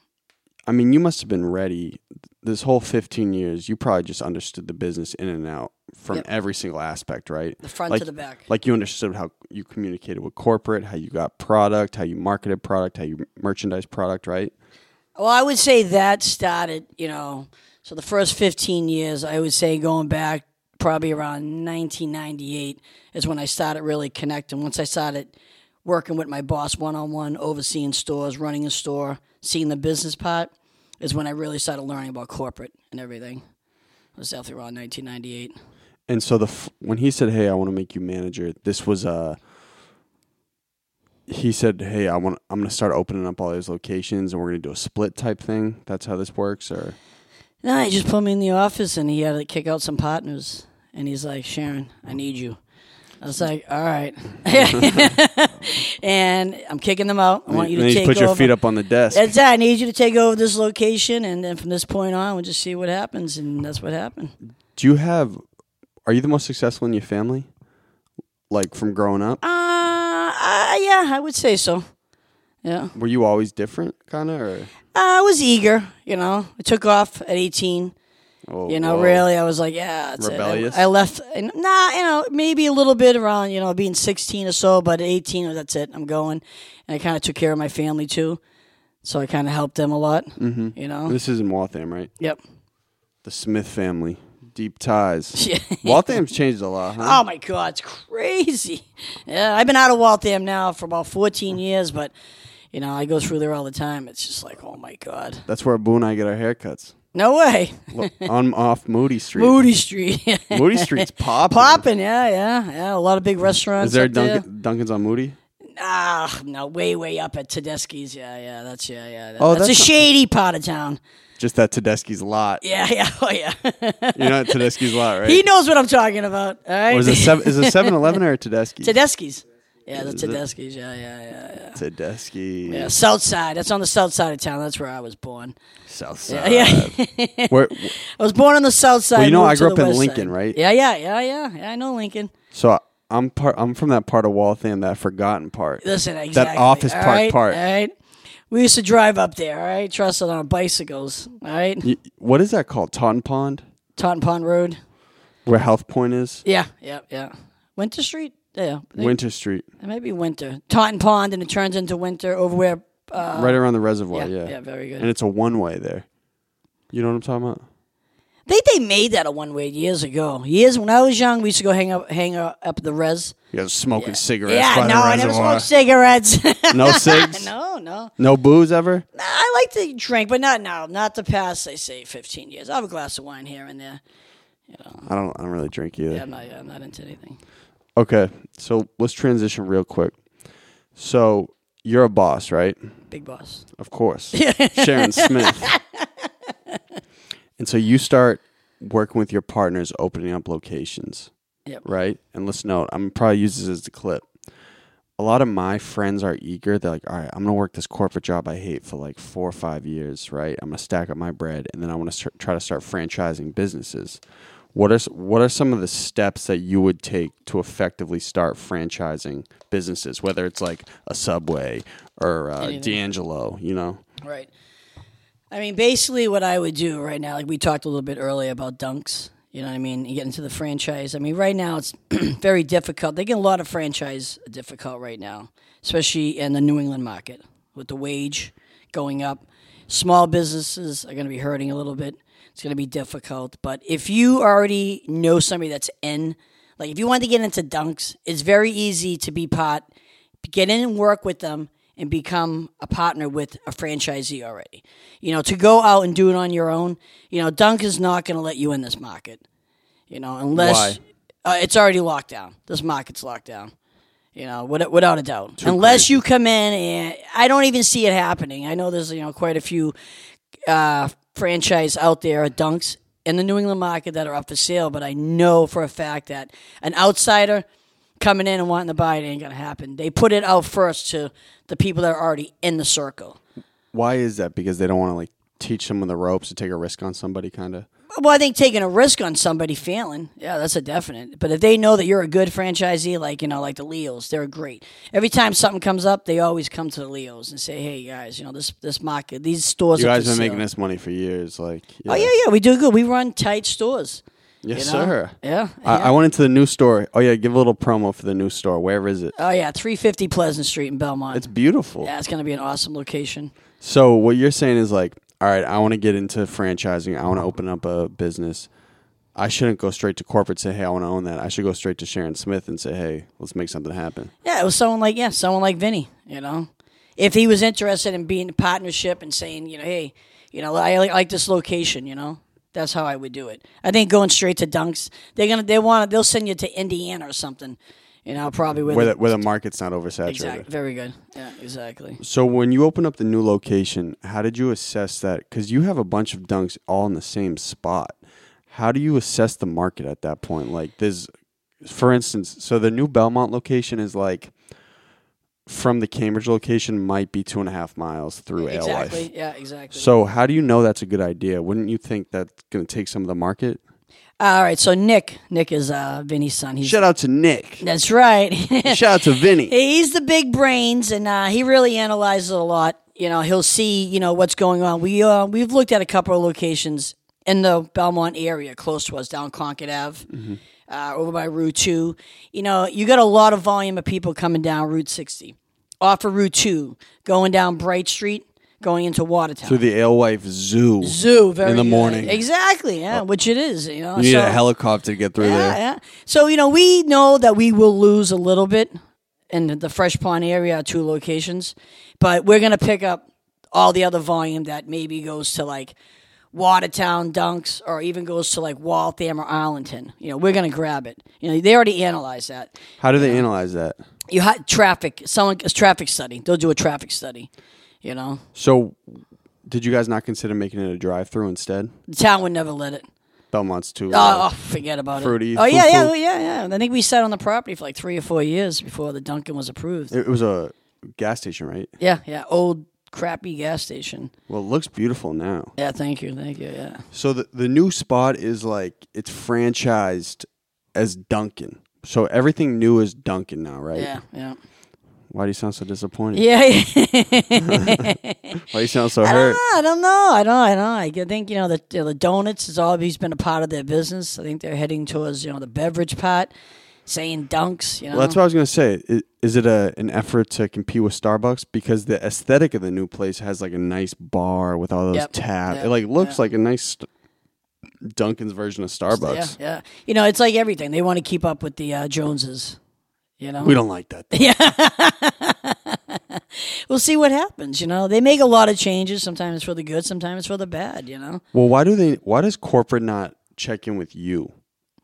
[SPEAKER 2] I mean, you must have been ready. This whole fifteen years, you probably just understood the business in and out from every single aspect, right? The
[SPEAKER 3] front to
[SPEAKER 2] like,
[SPEAKER 3] the back.
[SPEAKER 2] Like you understood how you communicated with corporate, how you got product, how you marketed product, how you merchandise product, right?
[SPEAKER 3] well, I would say that started, you know, so the first 15 years, I would say going back probably around 1998 is when I started really connecting. Once I started working with my boss one on one, overseeing stores, running a store, seeing the business part, is when I really started learning about corporate and everything. It was definitely around 1998.
[SPEAKER 2] And so the f- when he said, "Hey, I want to make you manager," this was a. He said, "Hey, I want. I'm going to start opening up all these locations, and we're going to do a split type thing. That's how this works, or."
[SPEAKER 3] No, he just put me in the office and he had to kick out some partners. And he's like, Sharon, I need you. I was like, all right. and I'm kicking them out. I want you
[SPEAKER 2] and then
[SPEAKER 3] to take
[SPEAKER 2] you put
[SPEAKER 3] over.
[SPEAKER 2] your feet up on the desk.
[SPEAKER 3] That's it. I need you to take over this location. And then from this point on, we'll just see what happens. And that's what happened.
[SPEAKER 2] Do you have? Are you the most successful in your family? Like from growing up,
[SPEAKER 3] Uh, uh, yeah, I would say so. Yeah. Uh,
[SPEAKER 2] were you always different, kind of? Or
[SPEAKER 3] I was eager, you know. I took off at 18.
[SPEAKER 2] oh,
[SPEAKER 3] You know,
[SPEAKER 2] whoa.
[SPEAKER 3] really, I was like, yeah, that's
[SPEAKER 2] Rebellious?
[SPEAKER 3] It. I, I left, and- nah, you know, maybe a little bit around, you know, being 16 or so, but at 18, that's it, I'm going. And I kind of took care of my family too, so I kind of helped them a lot, mm-hmm. you know.
[SPEAKER 2] This is in Waltham, right?
[SPEAKER 3] yep.
[SPEAKER 2] The Smith family, deep ties. Waltham's changed a lot, huh?
[SPEAKER 3] Oh my God, it's crazy. Yeah, I've been out of Waltham now for about 14 years, but you know, I go through there all the time. It's just like, oh my God,
[SPEAKER 2] That's where Boo and I get our haircuts.
[SPEAKER 3] no way.
[SPEAKER 2] Lo- on off Moody Street.
[SPEAKER 3] Moody Street,
[SPEAKER 2] Moody Street's popping.
[SPEAKER 3] popping, yeah, yeah, yeah. A lot of big restaurants.
[SPEAKER 2] Is there
[SPEAKER 3] up there.
[SPEAKER 2] Duncan, Duncan's on Moody?
[SPEAKER 3] Ah, no, way, way up at Tedeschi's. Yeah, yeah, that's yeah, yeah. that-
[SPEAKER 2] Oh,
[SPEAKER 3] that's,
[SPEAKER 2] that's
[SPEAKER 3] a
[SPEAKER 2] not-
[SPEAKER 3] shady part of town.
[SPEAKER 2] Just that Tedeschi's lot.
[SPEAKER 3] Yeah, yeah, oh yeah.
[SPEAKER 2] You're not at Tedeschi's lot, right?
[SPEAKER 3] he knows what I'm talking about. All right,
[SPEAKER 2] Or is it seven, is it 7-Eleven or a Tedeschi?
[SPEAKER 3] Tedeschi's? Yeah, the Tedeschi's. Yeah, yeah, yeah, yeah.
[SPEAKER 2] Tedeschi.
[SPEAKER 3] Yeah, South Side. That's on the South Side of town. That's where I was born.
[SPEAKER 2] South
[SPEAKER 3] Yeah,
[SPEAKER 2] Side.
[SPEAKER 3] yeah.
[SPEAKER 2] Where,
[SPEAKER 3] I was born on the South Side.
[SPEAKER 2] you know,
[SPEAKER 3] moved
[SPEAKER 2] I
[SPEAKER 3] to
[SPEAKER 2] grew
[SPEAKER 3] the
[SPEAKER 2] up in
[SPEAKER 3] west
[SPEAKER 2] Lincoln,
[SPEAKER 3] side.
[SPEAKER 2] right?
[SPEAKER 3] Yeah, yeah, yeah, yeah, yeah. I know Lincoln.
[SPEAKER 2] So I- I'm part. I'm from that part of Waltham, that forgotten part.
[SPEAKER 3] Listen, exactly.
[SPEAKER 2] That office
[SPEAKER 3] all
[SPEAKER 2] park
[SPEAKER 3] right,
[SPEAKER 2] part.
[SPEAKER 3] All right. We used to drive up there. All right, trust it on bicycles. All right,
[SPEAKER 2] Y- What is that called? Taunton Pond,
[SPEAKER 3] Taunton Pond Road.
[SPEAKER 2] where Health Point is.
[SPEAKER 3] Yeah, yeah, yeah. Winter Street? Yeah. It
[SPEAKER 2] Winter Street,
[SPEAKER 3] might be Winter. Taunton Pond, and it turns into Winter over where. Uh,
[SPEAKER 2] right around the reservoir.
[SPEAKER 3] yeah,
[SPEAKER 2] Oh, Yeah, Mm.
[SPEAKER 3] yeah, very good.
[SPEAKER 2] And it's a one way there. You know what I'm talking about?
[SPEAKER 3] They they made that a one way years ago. Years when I was young, we used to go hang up hang out up at the res.
[SPEAKER 2] You guys are smoking cigarettes
[SPEAKER 3] Yeah,
[SPEAKER 2] by
[SPEAKER 3] no,
[SPEAKER 2] the
[SPEAKER 3] I never
[SPEAKER 2] reservoir.
[SPEAKER 3] smoked cigarettes.
[SPEAKER 2] no cigs.
[SPEAKER 3] no, no.
[SPEAKER 2] No booze ever.
[SPEAKER 3] Nah, I like to drink, but not now. Not the past, they say, 15 years. I'll have a glass of wine here and there.
[SPEAKER 2] I don't. I don't really drink either.
[SPEAKER 3] I'm not, I'm not into anything.
[SPEAKER 2] Okay, so let's transition real quick. So you're a boss, right?
[SPEAKER 3] Big boss.
[SPEAKER 2] Of course, Sharon Smith. and so you start working with your partners, opening up locations,
[SPEAKER 3] Yep.
[SPEAKER 2] right? And listen, note, I'm probably use this as the clip. A lot of my friends are eager. They're like, "All right, I'm gonna work this corporate job I hate for like four or five years, right? I'm gonna stack up my bread, and then I want to try to start franchising businesses." What are s- what are some of the steps that you would take to effectively start franchising businesses? Whether it's like a Subway or uh, D'Angelo, you know,
[SPEAKER 3] Right. I mean, basically, what I would do right now, like we talked a little bit earlier about dunks. You know what I mean? You get into the franchise. I mean, right now it's very difficult. They get a lot of franchise difficult right now, especially in the New England market with the wage going up. Small businesses are going to be hurting a little bit. It's going to be difficult. But if you already know somebody that's in, like if you want to get into dunks, it's very easy to be pot get in and work with them and become a partner with a franchisee already. You know, to go out and do it on your own, you know, Dunk is not going to let you in this market. You know, unless Uh, it's already locked down. This market's locked down. You know, without, without a doubt. unless you come in and I don't even see it happening. I know there's you know quite a few uh, franchise out there, Dunks in the New England market that are up for sale, but I know for a fact that an outsider coming in and wanting to buy it ain't gonna happen. They put it out first to the people that are already in the circle.
[SPEAKER 2] why is that? Because they don't want to like teach someone the ropes to take a risk on somebody, kind of.
[SPEAKER 3] Well, I think taking a risk on somebody failing, yeah, that's a definite. But if they know that you're a good franchisee, like you know, like the Leos, they're great. Every time something comes up, they always come to the Leos and say, "Hey guys, you know this this market, these stores."
[SPEAKER 2] You
[SPEAKER 3] are
[SPEAKER 2] guys
[SPEAKER 3] for
[SPEAKER 2] been
[SPEAKER 3] sale."
[SPEAKER 2] making this money for years, like.
[SPEAKER 3] Oh yeah, yeah, we do good. We run tight stores.
[SPEAKER 2] Yes,
[SPEAKER 3] you know?
[SPEAKER 2] sir.
[SPEAKER 3] Yeah,
[SPEAKER 2] I,
[SPEAKER 3] yeah.
[SPEAKER 2] I went into the new store. Oh yeah, give a little promo for the new store. Where is it?
[SPEAKER 3] Oh yeah, three fifty Pleasant Street in Belmont.
[SPEAKER 2] It's beautiful.
[SPEAKER 3] yeah, it's gonna be an awesome location.
[SPEAKER 2] So what you're saying is like, all right, I want to get into franchising. I want to open up a business. I shouldn't go straight to corporate. Say, hey, I want to own that. I should go straight to Sharon Smith and say, hey, let's make something happen.
[SPEAKER 3] Yeah, it was someone like yeah, someone like Vinny. You know, if he was interested in being a partnership and saying, you know, hey, you know, I li- like this location. You know, that's how I would do it. I think going straight to Dunks, they're gonna they want they'll send you to Indiana or something. You know, probably with
[SPEAKER 2] Where the, where the market's not oversaturated.
[SPEAKER 3] exact, very good. Yeah, exactly.
[SPEAKER 2] So when you open up the new location, how did you assess that? Because you have a bunch of dunks all in the same spot. How do you assess the market at that point? Like there's, for instance, so the new Belmont location is like from the Cambridge location might be two and a half miles through
[SPEAKER 3] Exactly.
[SPEAKER 2] Alewife.
[SPEAKER 3] Yeah, exactly.
[SPEAKER 2] So how do you know that's a good idea? Wouldn't you think that's going to take some of the market?
[SPEAKER 3] all right, so Nick, Nick is uh, Vinny's son. He's
[SPEAKER 2] Shout out to Nick.
[SPEAKER 3] that's right.
[SPEAKER 2] Shout out to Vinny.
[SPEAKER 3] He's the big brains, and uh, he really analyzes a lot. You know, he'll see you know what's going on. We uh, we've looked at a couple of locations in the Belmont area, close to us, down Concord Ave,
[SPEAKER 2] Mm-hmm.
[SPEAKER 3] uh, over by Route Two. You know, you got a lot of volume of people coming down Route sixty, off of Route Two, going down Bright Street, going into Watertown.
[SPEAKER 2] Through the Alewife Zoo.
[SPEAKER 3] Zoo very
[SPEAKER 2] in the
[SPEAKER 3] good.
[SPEAKER 2] morning. Oh.
[SPEAKER 3] exactly, yeah, which it is. You know,
[SPEAKER 2] You need
[SPEAKER 3] so,
[SPEAKER 2] a helicopter to get through
[SPEAKER 3] yeah,
[SPEAKER 2] there.
[SPEAKER 3] yeah. So you know, we know that we will lose a little bit in the Fresh Pond area, our two locations, but we're gonna pick up all the other volume that maybe goes to like Watertown Dunks or even goes to like Waltham or Arlington. You know, we're gonna grab it. You know, they already analyzed that.
[SPEAKER 2] How do they analyze that?
[SPEAKER 3] You had traffic, someone a traffic study. They'll do a traffic study. You know,
[SPEAKER 2] So, did you guys not consider making it a drive-through instead?
[SPEAKER 3] the town would never let it.
[SPEAKER 2] Belmont's too.
[SPEAKER 3] Oh,
[SPEAKER 2] low.
[SPEAKER 3] oh, forget about
[SPEAKER 2] Fruity,
[SPEAKER 3] it. Oh yeah, yeah,
[SPEAKER 2] foo-foo.
[SPEAKER 3] yeah, yeah. I think we sat on the property for like three or four years before the Duncan was approved.
[SPEAKER 2] It it was a gas station, right?
[SPEAKER 3] Yeah, yeah, old crappy gas station.
[SPEAKER 2] Well, it looks beautiful now.
[SPEAKER 3] Yeah, thank you, thank you. Yeah,
[SPEAKER 2] So the the new spot is like it's franchised as Duncan. So everything new is Duncan now, right?
[SPEAKER 3] yeah, yeah,
[SPEAKER 2] Why do you sound so disappointed?
[SPEAKER 3] yeah.
[SPEAKER 2] Why do you sound so
[SPEAKER 3] I
[SPEAKER 2] hurt?
[SPEAKER 3] don't know. I don't know. I don't. I don't. I think you know the you know, the donuts has always been a part of their business. I think they're heading towards you know the beverage part, saying dunks. You know,
[SPEAKER 2] Well, that's what I was gonna say. I- Is it a an effort to compete with Starbucks because the aesthetic of the new place has like a nice bar with all those
[SPEAKER 3] Yep.
[SPEAKER 2] tabs.
[SPEAKER 3] Yep.
[SPEAKER 2] It like looks like a nice st- Duncan's version of Starbucks.
[SPEAKER 3] Yeah, yeah. You know, it's like everything. They want to keep up with the uh, Joneses. You know,
[SPEAKER 2] We don't like that. though.
[SPEAKER 3] we'll see what happens. You know, they make a lot of changes. Sometimes for the good, sometimes for the bad. You know,
[SPEAKER 2] Well, why do they? Why does corporate not check in with you? You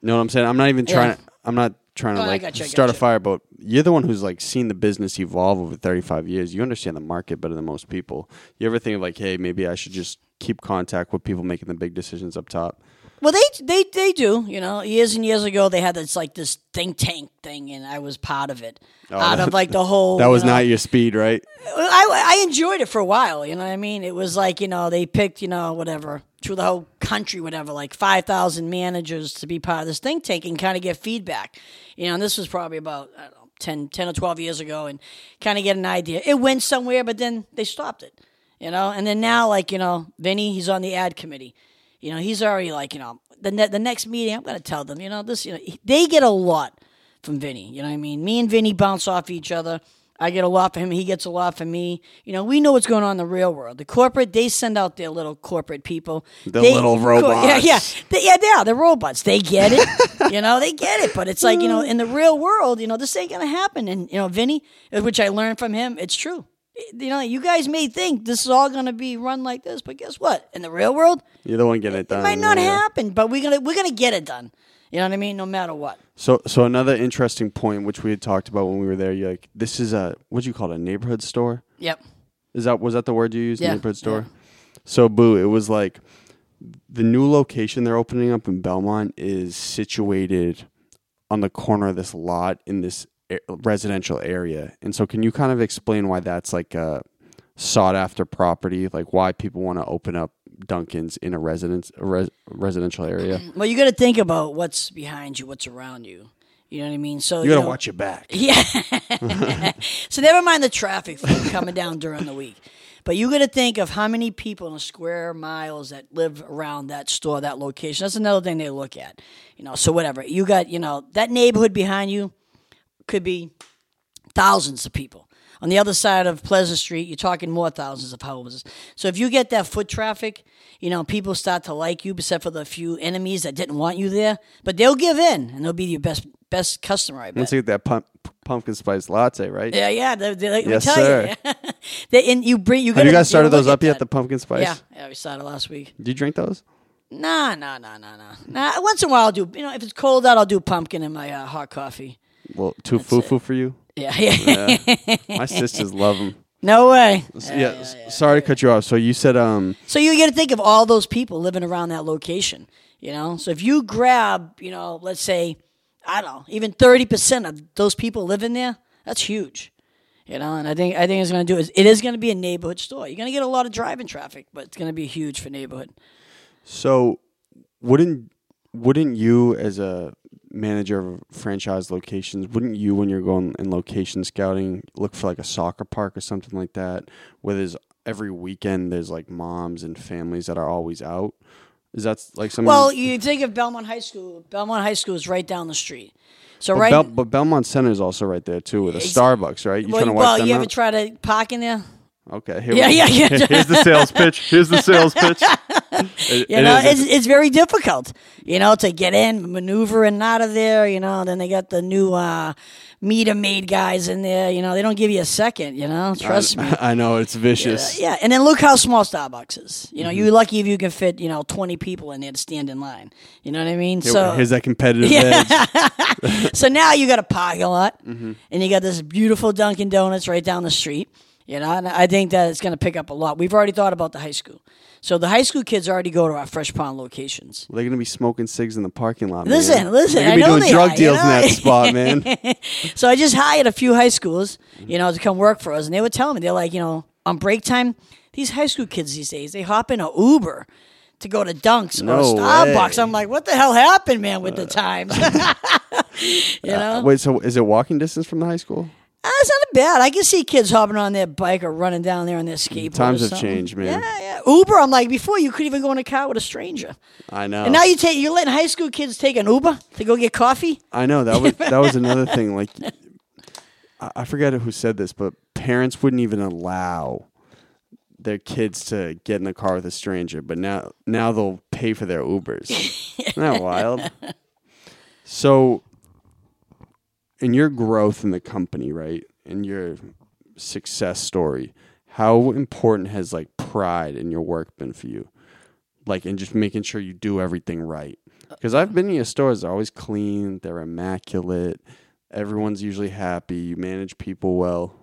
[SPEAKER 2] know what I'm saying? I'm not even trying.
[SPEAKER 3] Yeah.
[SPEAKER 2] To, I'm not trying to
[SPEAKER 3] Oh, I
[SPEAKER 2] like
[SPEAKER 3] gotcha, I
[SPEAKER 2] start a
[SPEAKER 3] gotcha.
[SPEAKER 2] fire, but you're the one who's like seen the business evolve over 35 years. You understand the market better than most people. You ever think of like, hey, maybe I should just keep contact with people making the big decisions up top?
[SPEAKER 3] well, they they they do. You know, years and years ago, they had this like this think tank thing, and I was part of it. Out of like the whole
[SPEAKER 2] Oh. That was
[SPEAKER 3] you know,
[SPEAKER 2] not your speed, right?
[SPEAKER 3] I, I enjoyed it for a while. You know what I mean? It was like, you know, they picked, you know, whatever, through the whole country, whatever, like 5,000 managers to be part of this think tank and kind of get feedback. You know, and this was probably about, I don't know, 10, 10 or 12 years ago and kind of get an idea. It went somewhere, but then they stopped it, you know? And then now, like, you know, Vinny, he's on the ad committee. You know, he's already like, you know, the, ne- the next meeting, I'm going to tell them, you know, this, you know, he- they get a lot from Vinny. You know what I mean? Me and Vinny bounce off each other. I get a lot from him. He gets a lot from me. You know, we know what's going on in the real world. The corporate, they send out their little corporate people.
[SPEAKER 2] The
[SPEAKER 3] They-
[SPEAKER 2] little
[SPEAKER 3] co- Yeah, yeah.
[SPEAKER 2] robots.
[SPEAKER 3] They, yeah, they are. They're robots. They get it. you know, they get it. But it's like, you know, in the real world, you know, this ain't going to happen. And, you know, Vinny, which I learned from him, it's true. You know, you guys may think this is all going to be run like this, but guess what? In the real world,
[SPEAKER 2] You're the one getting it done.
[SPEAKER 3] it might not
[SPEAKER 2] Yeah.
[SPEAKER 3] happen, but we're gonna we're gonna get it done. You know what I mean? No matter what.
[SPEAKER 2] So, so another interesting point which we had talked about when we were there. You're like, this is a what do you call it? A neighborhood store?
[SPEAKER 3] Yep.
[SPEAKER 2] Is that was that the word you used?
[SPEAKER 3] Yeah,
[SPEAKER 2] Neighborhood store. So boo, it was like the new location they're opening up in Belmont is situated on the corner of this lot in this a- residential area. And so can you kind of explain why that's like a sought after property, like why people want to open up Duncan's in a residence a res, residential area?
[SPEAKER 3] Well, you got to think about what's behind you, what's around you. You know what I mean? So
[SPEAKER 2] You got to
[SPEAKER 3] know-
[SPEAKER 2] watch your back.
[SPEAKER 3] Yeah. so never mind the traffic flow coming down during the week. But you got to think of how many people in a square miles that live around that store, that location. That's another thing they look at. You know, so whatever. You got, you know, that neighborhood behind you could be thousands of people. On the other side of Pleasant Street, you're talking more thousands of houses. So if you get that foot traffic, you know, people start to like you, except for the few enemies that didn't want you there. But they'll give in and they'll be your best best customer, I bet.
[SPEAKER 2] Let's get that pump, pumpkin spice latte, right?
[SPEAKER 3] Yeah, yeah. They, they, let me
[SPEAKER 2] Yes,
[SPEAKER 3] tell
[SPEAKER 2] sir.
[SPEAKER 3] you. they, and you bring you.
[SPEAKER 2] Have
[SPEAKER 3] gotta-
[SPEAKER 2] you guys started
[SPEAKER 3] gotta
[SPEAKER 2] those
[SPEAKER 3] look
[SPEAKER 2] up yet?
[SPEAKER 3] that.
[SPEAKER 2] The pumpkin spice.
[SPEAKER 3] yeah, yeah, we started last week.
[SPEAKER 2] Do you drink those?
[SPEAKER 3] Nah, nah, nah, nah, nah. Nah, once in a while I'll do. You know, if it's cold out, I'll do pumpkin in my uh, hot coffee.
[SPEAKER 2] Well, too foo foo for you.
[SPEAKER 3] Yeah, yeah.
[SPEAKER 2] My sisters love them.
[SPEAKER 3] no way.
[SPEAKER 2] yeah, s- sorry to cut you off. So you said um
[SPEAKER 3] So you got to think of all those people living around that location. You know, so if you grab, you know, let's say, I don't know, even thirty percent of those people living there, that's huge. You know, and I think I think it's going to do is it is going to be a neighborhood store. You're going to get a lot of driving traffic, but it's going to be huge for neighborhood.
[SPEAKER 2] so wouldn't wouldn't you as a manager of franchise locations wouldn't you when you're going in location scouting look for like a soccer park or something like that where there's every weekend there's like moms and families that are always out is that like something
[SPEAKER 3] Well, you think of Belmont High School. Belmont High School is right down the street. So
[SPEAKER 2] but,
[SPEAKER 3] right.
[SPEAKER 2] Bel- but Belmont Center is also right there too with a Starbucks right you
[SPEAKER 3] well,
[SPEAKER 2] trying to
[SPEAKER 3] you-
[SPEAKER 2] wipe
[SPEAKER 3] well,
[SPEAKER 2] them
[SPEAKER 3] you
[SPEAKER 2] out
[SPEAKER 3] ever try to park in there?
[SPEAKER 2] okay here
[SPEAKER 3] Yeah,
[SPEAKER 2] we go.
[SPEAKER 3] yeah, yeah.
[SPEAKER 2] here's the sales pitch here's the sales pitch It-
[SPEAKER 3] You
[SPEAKER 2] it
[SPEAKER 3] know,
[SPEAKER 2] is-
[SPEAKER 3] it's, it's very difficult. You know, to get in, maneuver, and out of there. You know, then they got the new uh, meter maid guys in there. You know, they don't give you a second. You know, trust me.
[SPEAKER 2] I know it's vicious
[SPEAKER 3] Yeah, and then look how small Starbucks is. You know,
[SPEAKER 2] Mm-hmm.
[SPEAKER 3] you're lucky if you can fit, you know, 20 people in there to stand in line. You know what I mean? so
[SPEAKER 2] here's that competitive edge.
[SPEAKER 3] So now you got a parking lot,
[SPEAKER 2] Mm-hmm.
[SPEAKER 3] and you got this beautiful Dunkin' Donuts right down the street. You know, and I think that it's going to pick up a lot. We've already thought about the high school, so the high school kids already go to our Fresh Pond locations.
[SPEAKER 2] They're gonna be smoking cigs in the parking lot.
[SPEAKER 3] Listen,
[SPEAKER 2] man.
[SPEAKER 3] listen,
[SPEAKER 2] They're gonna be
[SPEAKER 3] I know
[SPEAKER 2] doing
[SPEAKER 3] they
[SPEAKER 2] drug
[SPEAKER 3] are, you
[SPEAKER 2] deals in
[SPEAKER 3] know?
[SPEAKER 2] that spot, man.
[SPEAKER 3] So I just hired a few high schools, you know, to come work for us, and they would tell me they're like, you know, on break time, these high school kids these days they hop in a Uber. To go to Dunks
[SPEAKER 2] No
[SPEAKER 3] or Starbucks,
[SPEAKER 2] way. Uh.
[SPEAKER 3] I'm like, what the hell happened, man, with the times? you know,
[SPEAKER 2] Wait, so is it walking distance from the high school?
[SPEAKER 3] Uh, it's not bad. I can see kids hopping on their bike or running down there on their skateboard.
[SPEAKER 2] Times
[SPEAKER 3] or
[SPEAKER 2] have
[SPEAKER 3] something.
[SPEAKER 2] changed, man.
[SPEAKER 3] Yeah, yeah. Uber. I'm like, before you could even go in a car with a stranger,
[SPEAKER 2] I know.
[SPEAKER 3] and now you take you're letting high school kids take an Uber to go get coffee.
[SPEAKER 2] I know that was that was another thing. Like, I, I forget who said this, but parents wouldn't even allow their kids to get in the car with a stranger, but now now they'll pay for their Ubers. Isn't that wild? So, in your growth in the company, right, in your success story, how important has like pride in your work been for you? Like, and just making sure you do everything right. Because I've been in your stores, they're always clean, they're immaculate, everyone's usually happy, you manage people well.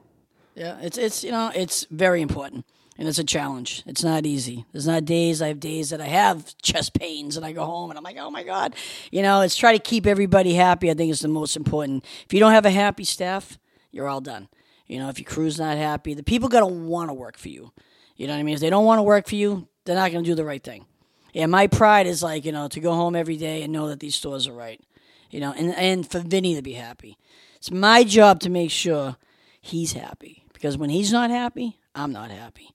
[SPEAKER 3] Yeah, it's it's you know it's very important, and it's a challenge. It's not easy. There's not days I have days that I have chest pains, and I go home and I'm like, oh my god, you know. It's try to keep everybody happy. I think is the most important. If you don't have a happy staff, you're all done. You know, if your crew's not happy, the people gotta want to work for you. You know what I mean? If they don't want to work for you, they're not gonna do the right thing. Yeah, my pride is like you know to go home every day and know that these stores are right. You know, and and for Vinny to be happy. It's my job to make sure he's happy because when he's not happy, I'm not happy.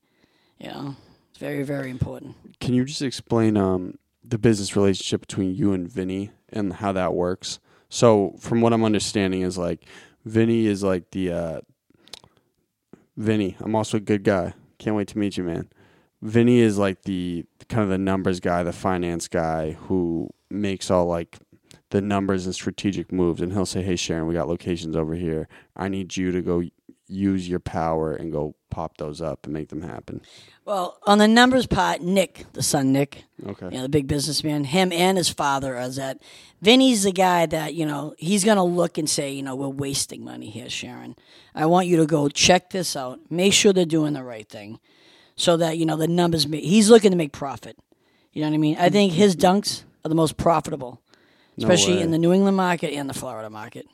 [SPEAKER 3] You know, it's very very important.
[SPEAKER 2] Can you just explain um, the business relationship between you and Vinny and how that works? So, from what I'm understanding, is like Vinny is like the uh, Vinny. I'm also a good guy. Can't wait to meet you, man. Vinny is like the kind of the numbers guy, the finance guy who makes all like the numbers and strategic moves. And he'll say, "Hey, Sharon, we got locations over here. I need you to go." Use your power and go pop those up and make them happen.
[SPEAKER 3] Well, on the numbers part, Nick, the son Nick,
[SPEAKER 2] Okay.
[SPEAKER 3] you know, the big businessman, him and his father is that Vinny's the guy that, you know, he's going to look and say, you know, we're wasting money here, Sharon. I want you to go check this out, make sure they're doing the right thing so that, you know, the numbers, ma- he's looking to make profit. You know what I mean? I think his dunks are the most profitable, especially
[SPEAKER 2] way.
[SPEAKER 3] in the New England market and the Florida market,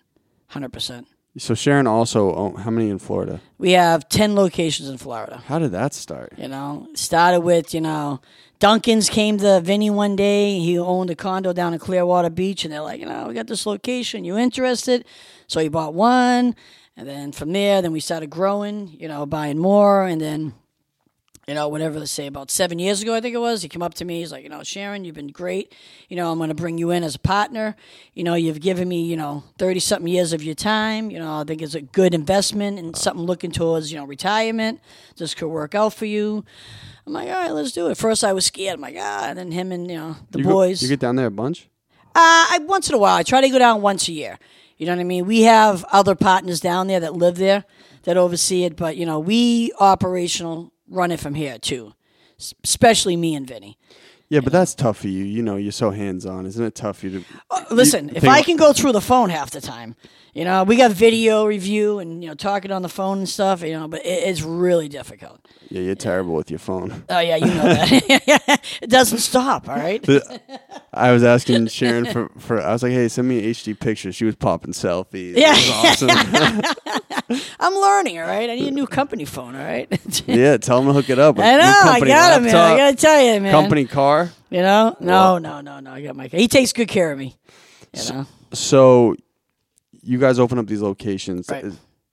[SPEAKER 3] 100%.
[SPEAKER 2] So Sharon also own, how many in Florida?
[SPEAKER 3] We have 10 locations in Florida.
[SPEAKER 2] How did that start?
[SPEAKER 3] You know, started with, you know, Duncan's came to Vinny one day. He owned a condo down in Clearwater Beach, and they're like, you know, we got this location. You interested? So he bought one. And then from there, then we started growing, you know, buying more. And then, you know, whatever they say, about seven years ago, I think it was, he came up to me. He's like, you know, Sharon, you've been great. You know, I'm going to bring you in as a partner. You know, you've given me, you know, 30 something years of your time. You know, I think it's a good investment and something looking towards, you know, retirement. This could work out for you. I'm like, all right, let's do it. First, I was scared. I'm like, ah, and then him and, you know, the
[SPEAKER 2] You go-
[SPEAKER 3] boys.
[SPEAKER 2] you get down there a bunch?
[SPEAKER 3] Uh, I once in a while. I try to go down once a year. You know what I mean? We have other partners down there that live there that oversee it, but you know, we operational run it from here too. S- Especially me and Vinny.
[SPEAKER 2] Yeah, but that's tough for you. You know, you're so hands on. Isn't it tough for you to
[SPEAKER 3] Listen,
[SPEAKER 2] Uh, you
[SPEAKER 3] if
[SPEAKER 2] think-
[SPEAKER 3] I can go through the phone half the time, you know, we got video review and you know talking on the phone and stuff, you know, but it, it's really difficult.
[SPEAKER 2] Yeah, you're terrible with your phone.
[SPEAKER 3] Oh yeah, you know that. it doesn't stop. All right.
[SPEAKER 2] I was asking Sharon for, for I was like, Hey, send me an HD picture. She was popping selfies. It
[SPEAKER 3] Yeah.
[SPEAKER 2] was awesome.
[SPEAKER 3] I'm learning. All right. I need a new company phone. All right.
[SPEAKER 2] yeah, tell them to hook it up. with
[SPEAKER 3] I
[SPEAKER 2] new
[SPEAKER 3] know. I
[SPEAKER 2] company
[SPEAKER 3] got it, man. I
[SPEAKER 2] laptop,
[SPEAKER 3] gotta tell you, man.
[SPEAKER 2] company car.
[SPEAKER 3] You know? No, no, no, no. I got my. He takes good care of me. You know?
[SPEAKER 2] So you guys open up these locations.
[SPEAKER 3] Right.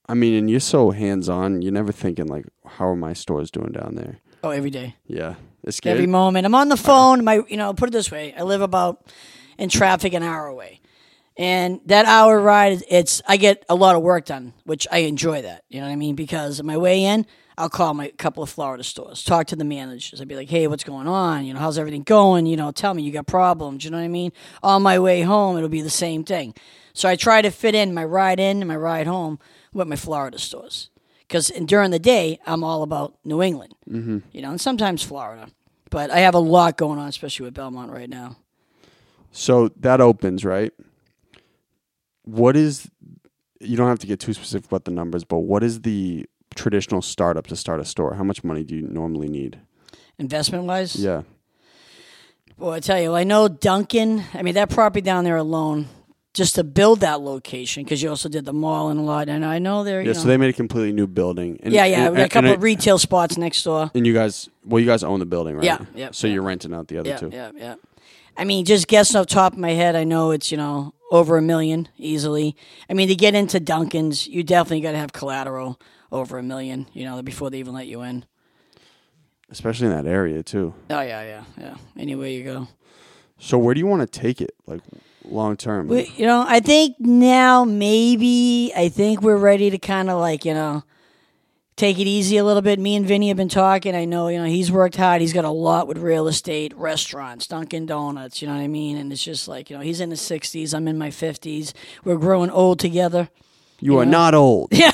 [SPEAKER 2] I mean, and you're so hands on, you're never thinking like, How are my stores doing down there?
[SPEAKER 3] Oh, every day,
[SPEAKER 2] Yeah. It's scary.
[SPEAKER 3] every moment. I'm on the phone. My, you know, put it this way: I live about in traffic an hour away, and that hour ride, it's I get a lot of work done, which I enjoy that. You know what I mean? Because on my way in, I'll call my couple of Florida stores, talk to the managers. I'd be like, "Hey, what's going on? You know, how's everything going? You know, tell me you got problems. You know what I mean?" On my way home, it'll be the same thing. So I try to fit in my ride in and my ride home with my Florida stores. because during the day I'm all about New England, mm-hmm. you know, and sometimes Florida. But I have a lot going on, especially with Belmont right now.
[SPEAKER 2] So that opens, right? What is you don't have to get too specific about the numbers, but what is the traditional startup to start a store? How much money do you normally need?
[SPEAKER 3] Investment wise,
[SPEAKER 2] Yeah.
[SPEAKER 3] Well, I tell you, I know Duncan. I mean, that property down there alone, just to build that location, because you also did the mall and a lot. And I know there, you
[SPEAKER 2] Yeah,
[SPEAKER 3] know,
[SPEAKER 2] so they made a completely new building. And,
[SPEAKER 3] yeah, yeah, we got a couple
[SPEAKER 2] and,
[SPEAKER 3] of retail spots next door.
[SPEAKER 2] and you guys well, you guys own the building, right?
[SPEAKER 3] Yeah, yeah,
[SPEAKER 2] So you're renting out the other
[SPEAKER 3] Yeah,
[SPEAKER 2] two.
[SPEAKER 3] yeah, yeah. I mean, just guessing off the top of my head, I know it's you know over a million easily. I mean, to get into Duncan's, you definitely got to have collateral over a million. You know, before they even let you in.
[SPEAKER 2] Especially in that area too.
[SPEAKER 3] Oh yeah, yeah, yeah. Anywhere you go,
[SPEAKER 2] So where do you want to take it? Like long term?
[SPEAKER 3] we, you know, I think now maybe I think we're ready to kind of like you know take it easy a little bit. Me and Vinny have been talking. I know, you know, he's worked hard. He's got a lot with real estate, restaurants, Dunkin' Donuts, you know what I mean? And it's just like, you know, he's in his 60s, I'm in my 50s. We're growing old together.
[SPEAKER 2] You, are not old. Yeah.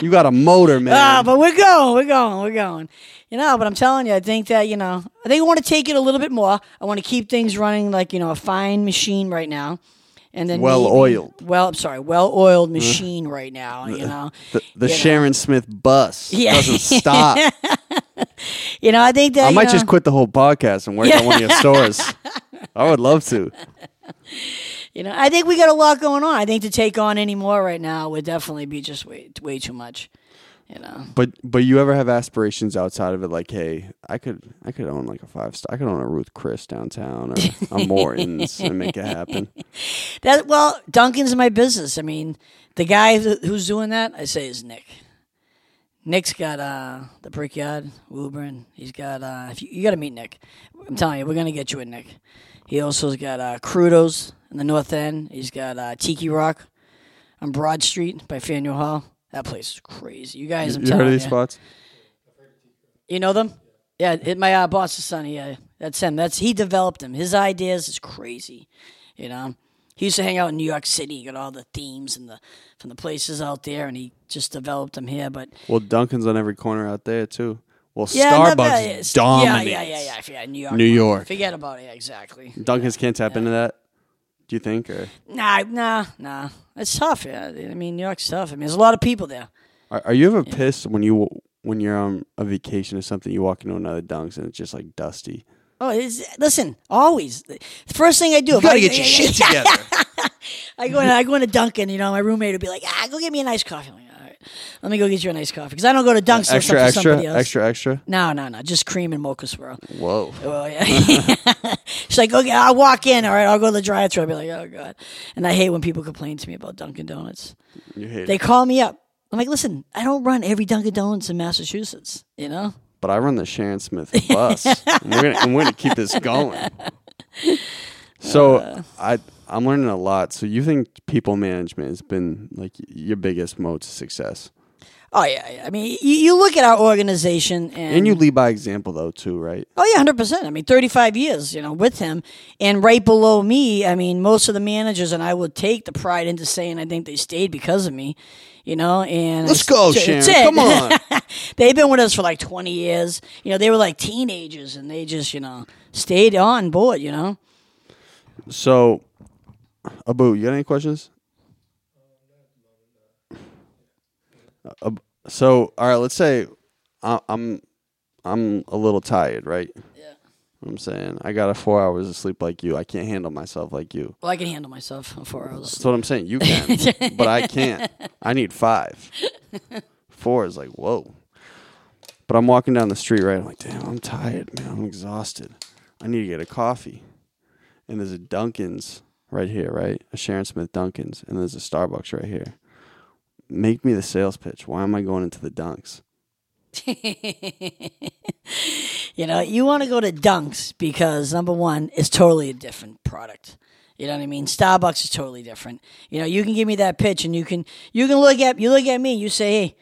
[SPEAKER 2] you got a motor, man.
[SPEAKER 3] Ah, but we're going, we're going, we're going. You know, but I'm telling you, I think that, you know, I think I want to take it a little bit more. I want to keep things running like, you know, a fine machine right now. And then
[SPEAKER 2] Well
[SPEAKER 3] maybe-
[SPEAKER 2] oiled. Mm.
[SPEAKER 3] Well, I'm sorry, well oiled machine right now, you know.
[SPEAKER 2] the the
[SPEAKER 3] you know.
[SPEAKER 2] Sharon Smith bus
[SPEAKER 3] Yeah.
[SPEAKER 2] doesn't stop.
[SPEAKER 3] You know, I think that
[SPEAKER 2] I
[SPEAKER 3] you
[SPEAKER 2] might
[SPEAKER 3] know-
[SPEAKER 2] just quit the whole podcast and work at one of your stores. I would love to.
[SPEAKER 3] You know, I think we got a lot going on. I think to take on any more right now would definitely be just way way too much. You know,
[SPEAKER 2] But but you ever have aspirations outside of it? Like, hey, I could I could own like a five star. I could own a Ruth Chris downtown or a Morton's and make it happen.
[SPEAKER 3] that well, Duncan's my business. I mean, the guy who- who's doing that, I say, is Nick. Nick's got uh, the Brickyard, Woburn. He's got uh, if you, you got to meet Nick. I'm telling you, we're gonna get you a Nick. He also's got uh, Crudos in the North End. He's got uh, Tiki Rock on Broad Street by Faneuil Hall. That place is crazy. You guys, I'm
[SPEAKER 2] you
[SPEAKER 3] telling
[SPEAKER 2] heard of these
[SPEAKER 3] you.
[SPEAKER 2] spots?
[SPEAKER 3] You know them? Yeah, it, my uh, boss's son. Yeah, that's him. That's he developed them. His ideas is crazy. You know, he used to hang out in New York City. He got all the themes and the from the places out there, and he just developed them here. But
[SPEAKER 2] Well, Duncan's on every corner out there too. Well,
[SPEAKER 3] yeah, not bad.
[SPEAKER 2] Starbucks
[SPEAKER 3] It's-
[SPEAKER 2] dominates.
[SPEAKER 3] Yeah, yeah, yeah, yeah, yeah. New York.
[SPEAKER 2] New York.
[SPEAKER 3] Forget about it. Yeah, exactly.
[SPEAKER 2] Duncan's can't tap into that. Do you think? Or
[SPEAKER 3] Nah, nah, nah. It's tough. Yeah, I mean, New York's tough. I mean, there's a lot of people there.
[SPEAKER 2] are, are you ever pissed when you when you're on a vacation or something? You walk into another Dunk's and it's just like dusty.
[SPEAKER 3] Oh, it's, listen, always. The first thing I do, if I, yeah, yeah, yeah.
[SPEAKER 2] together.
[SPEAKER 3] I go in, I go into Dunkin', you know, my roommate would be like, ah, go get me a nice coffee. I'm like, all right, let me go get you a nice coffee because I don't go to Dunkin' except for
[SPEAKER 2] extra, extra,
[SPEAKER 3] somebody else.
[SPEAKER 2] extra, extra.
[SPEAKER 3] No, no, no, just cream and mocha swirl.
[SPEAKER 2] Whoa.
[SPEAKER 3] Oh, yeah. She's like, okay, I'll walk in. All right, I'll go to the drive-thru. I'll be like, oh god. And I hate when people complain to me about Dunkin' Donuts.
[SPEAKER 2] You hate
[SPEAKER 3] They
[SPEAKER 2] it.
[SPEAKER 3] call me up. I'm like, listen, I don't run every Dunkin' Donuts in Massachusetts. You know,
[SPEAKER 2] But I run the Sharon Smith bus. and we're gonna and we're gonna keep this going. So I I'm learning a lot. So you think people management has been like y- your biggest mode to success,
[SPEAKER 3] oh yeah. yeah. I mean, you, you look at our organization, and,
[SPEAKER 2] and you lead by example though too, right?
[SPEAKER 3] Oh yeah, hundred percent. I mean, thirty-five years, you know, with him, and right below me, I mean, most of the managers and I would take the pride into saying I think they stayed because of me, you know. And
[SPEAKER 2] Let's
[SPEAKER 3] it's-
[SPEAKER 2] go,
[SPEAKER 3] it's
[SPEAKER 2] Sharon.
[SPEAKER 3] it.
[SPEAKER 2] Come on.
[SPEAKER 3] They've been with us for like twenty years. You know, they were like teenagers, and they just, you know, stayed on board. You know,
[SPEAKER 2] So, Abu, you got any questions? Uh, Ab- So, all right, let's say I- I'm I'm a little tired, right? Yeah. I'm saying I got a four hours of sleep like you. I can't handle myself like you.
[SPEAKER 3] well, I can handle myself on four hours.
[SPEAKER 2] That's what I'm saying. You can, but I can't. I need five. Four is like whoa. But I'm walking down the street, right? I'm like, damn, I'm tired, man. I'm exhausted. I need to get a coffee. And there's a Dunkin's right here, right? A Sharon Smith Dunkin's, and there's a Starbucks right here. Make me the sales pitch. Why am I going into the Dunks?
[SPEAKER 3] You know, you want to go to Dunks because number one, it's totally a different product. You know what I mean? Starbucks is totally different. You know, you can give me that pitch, and you can you can look at you look at me, and you say, hey.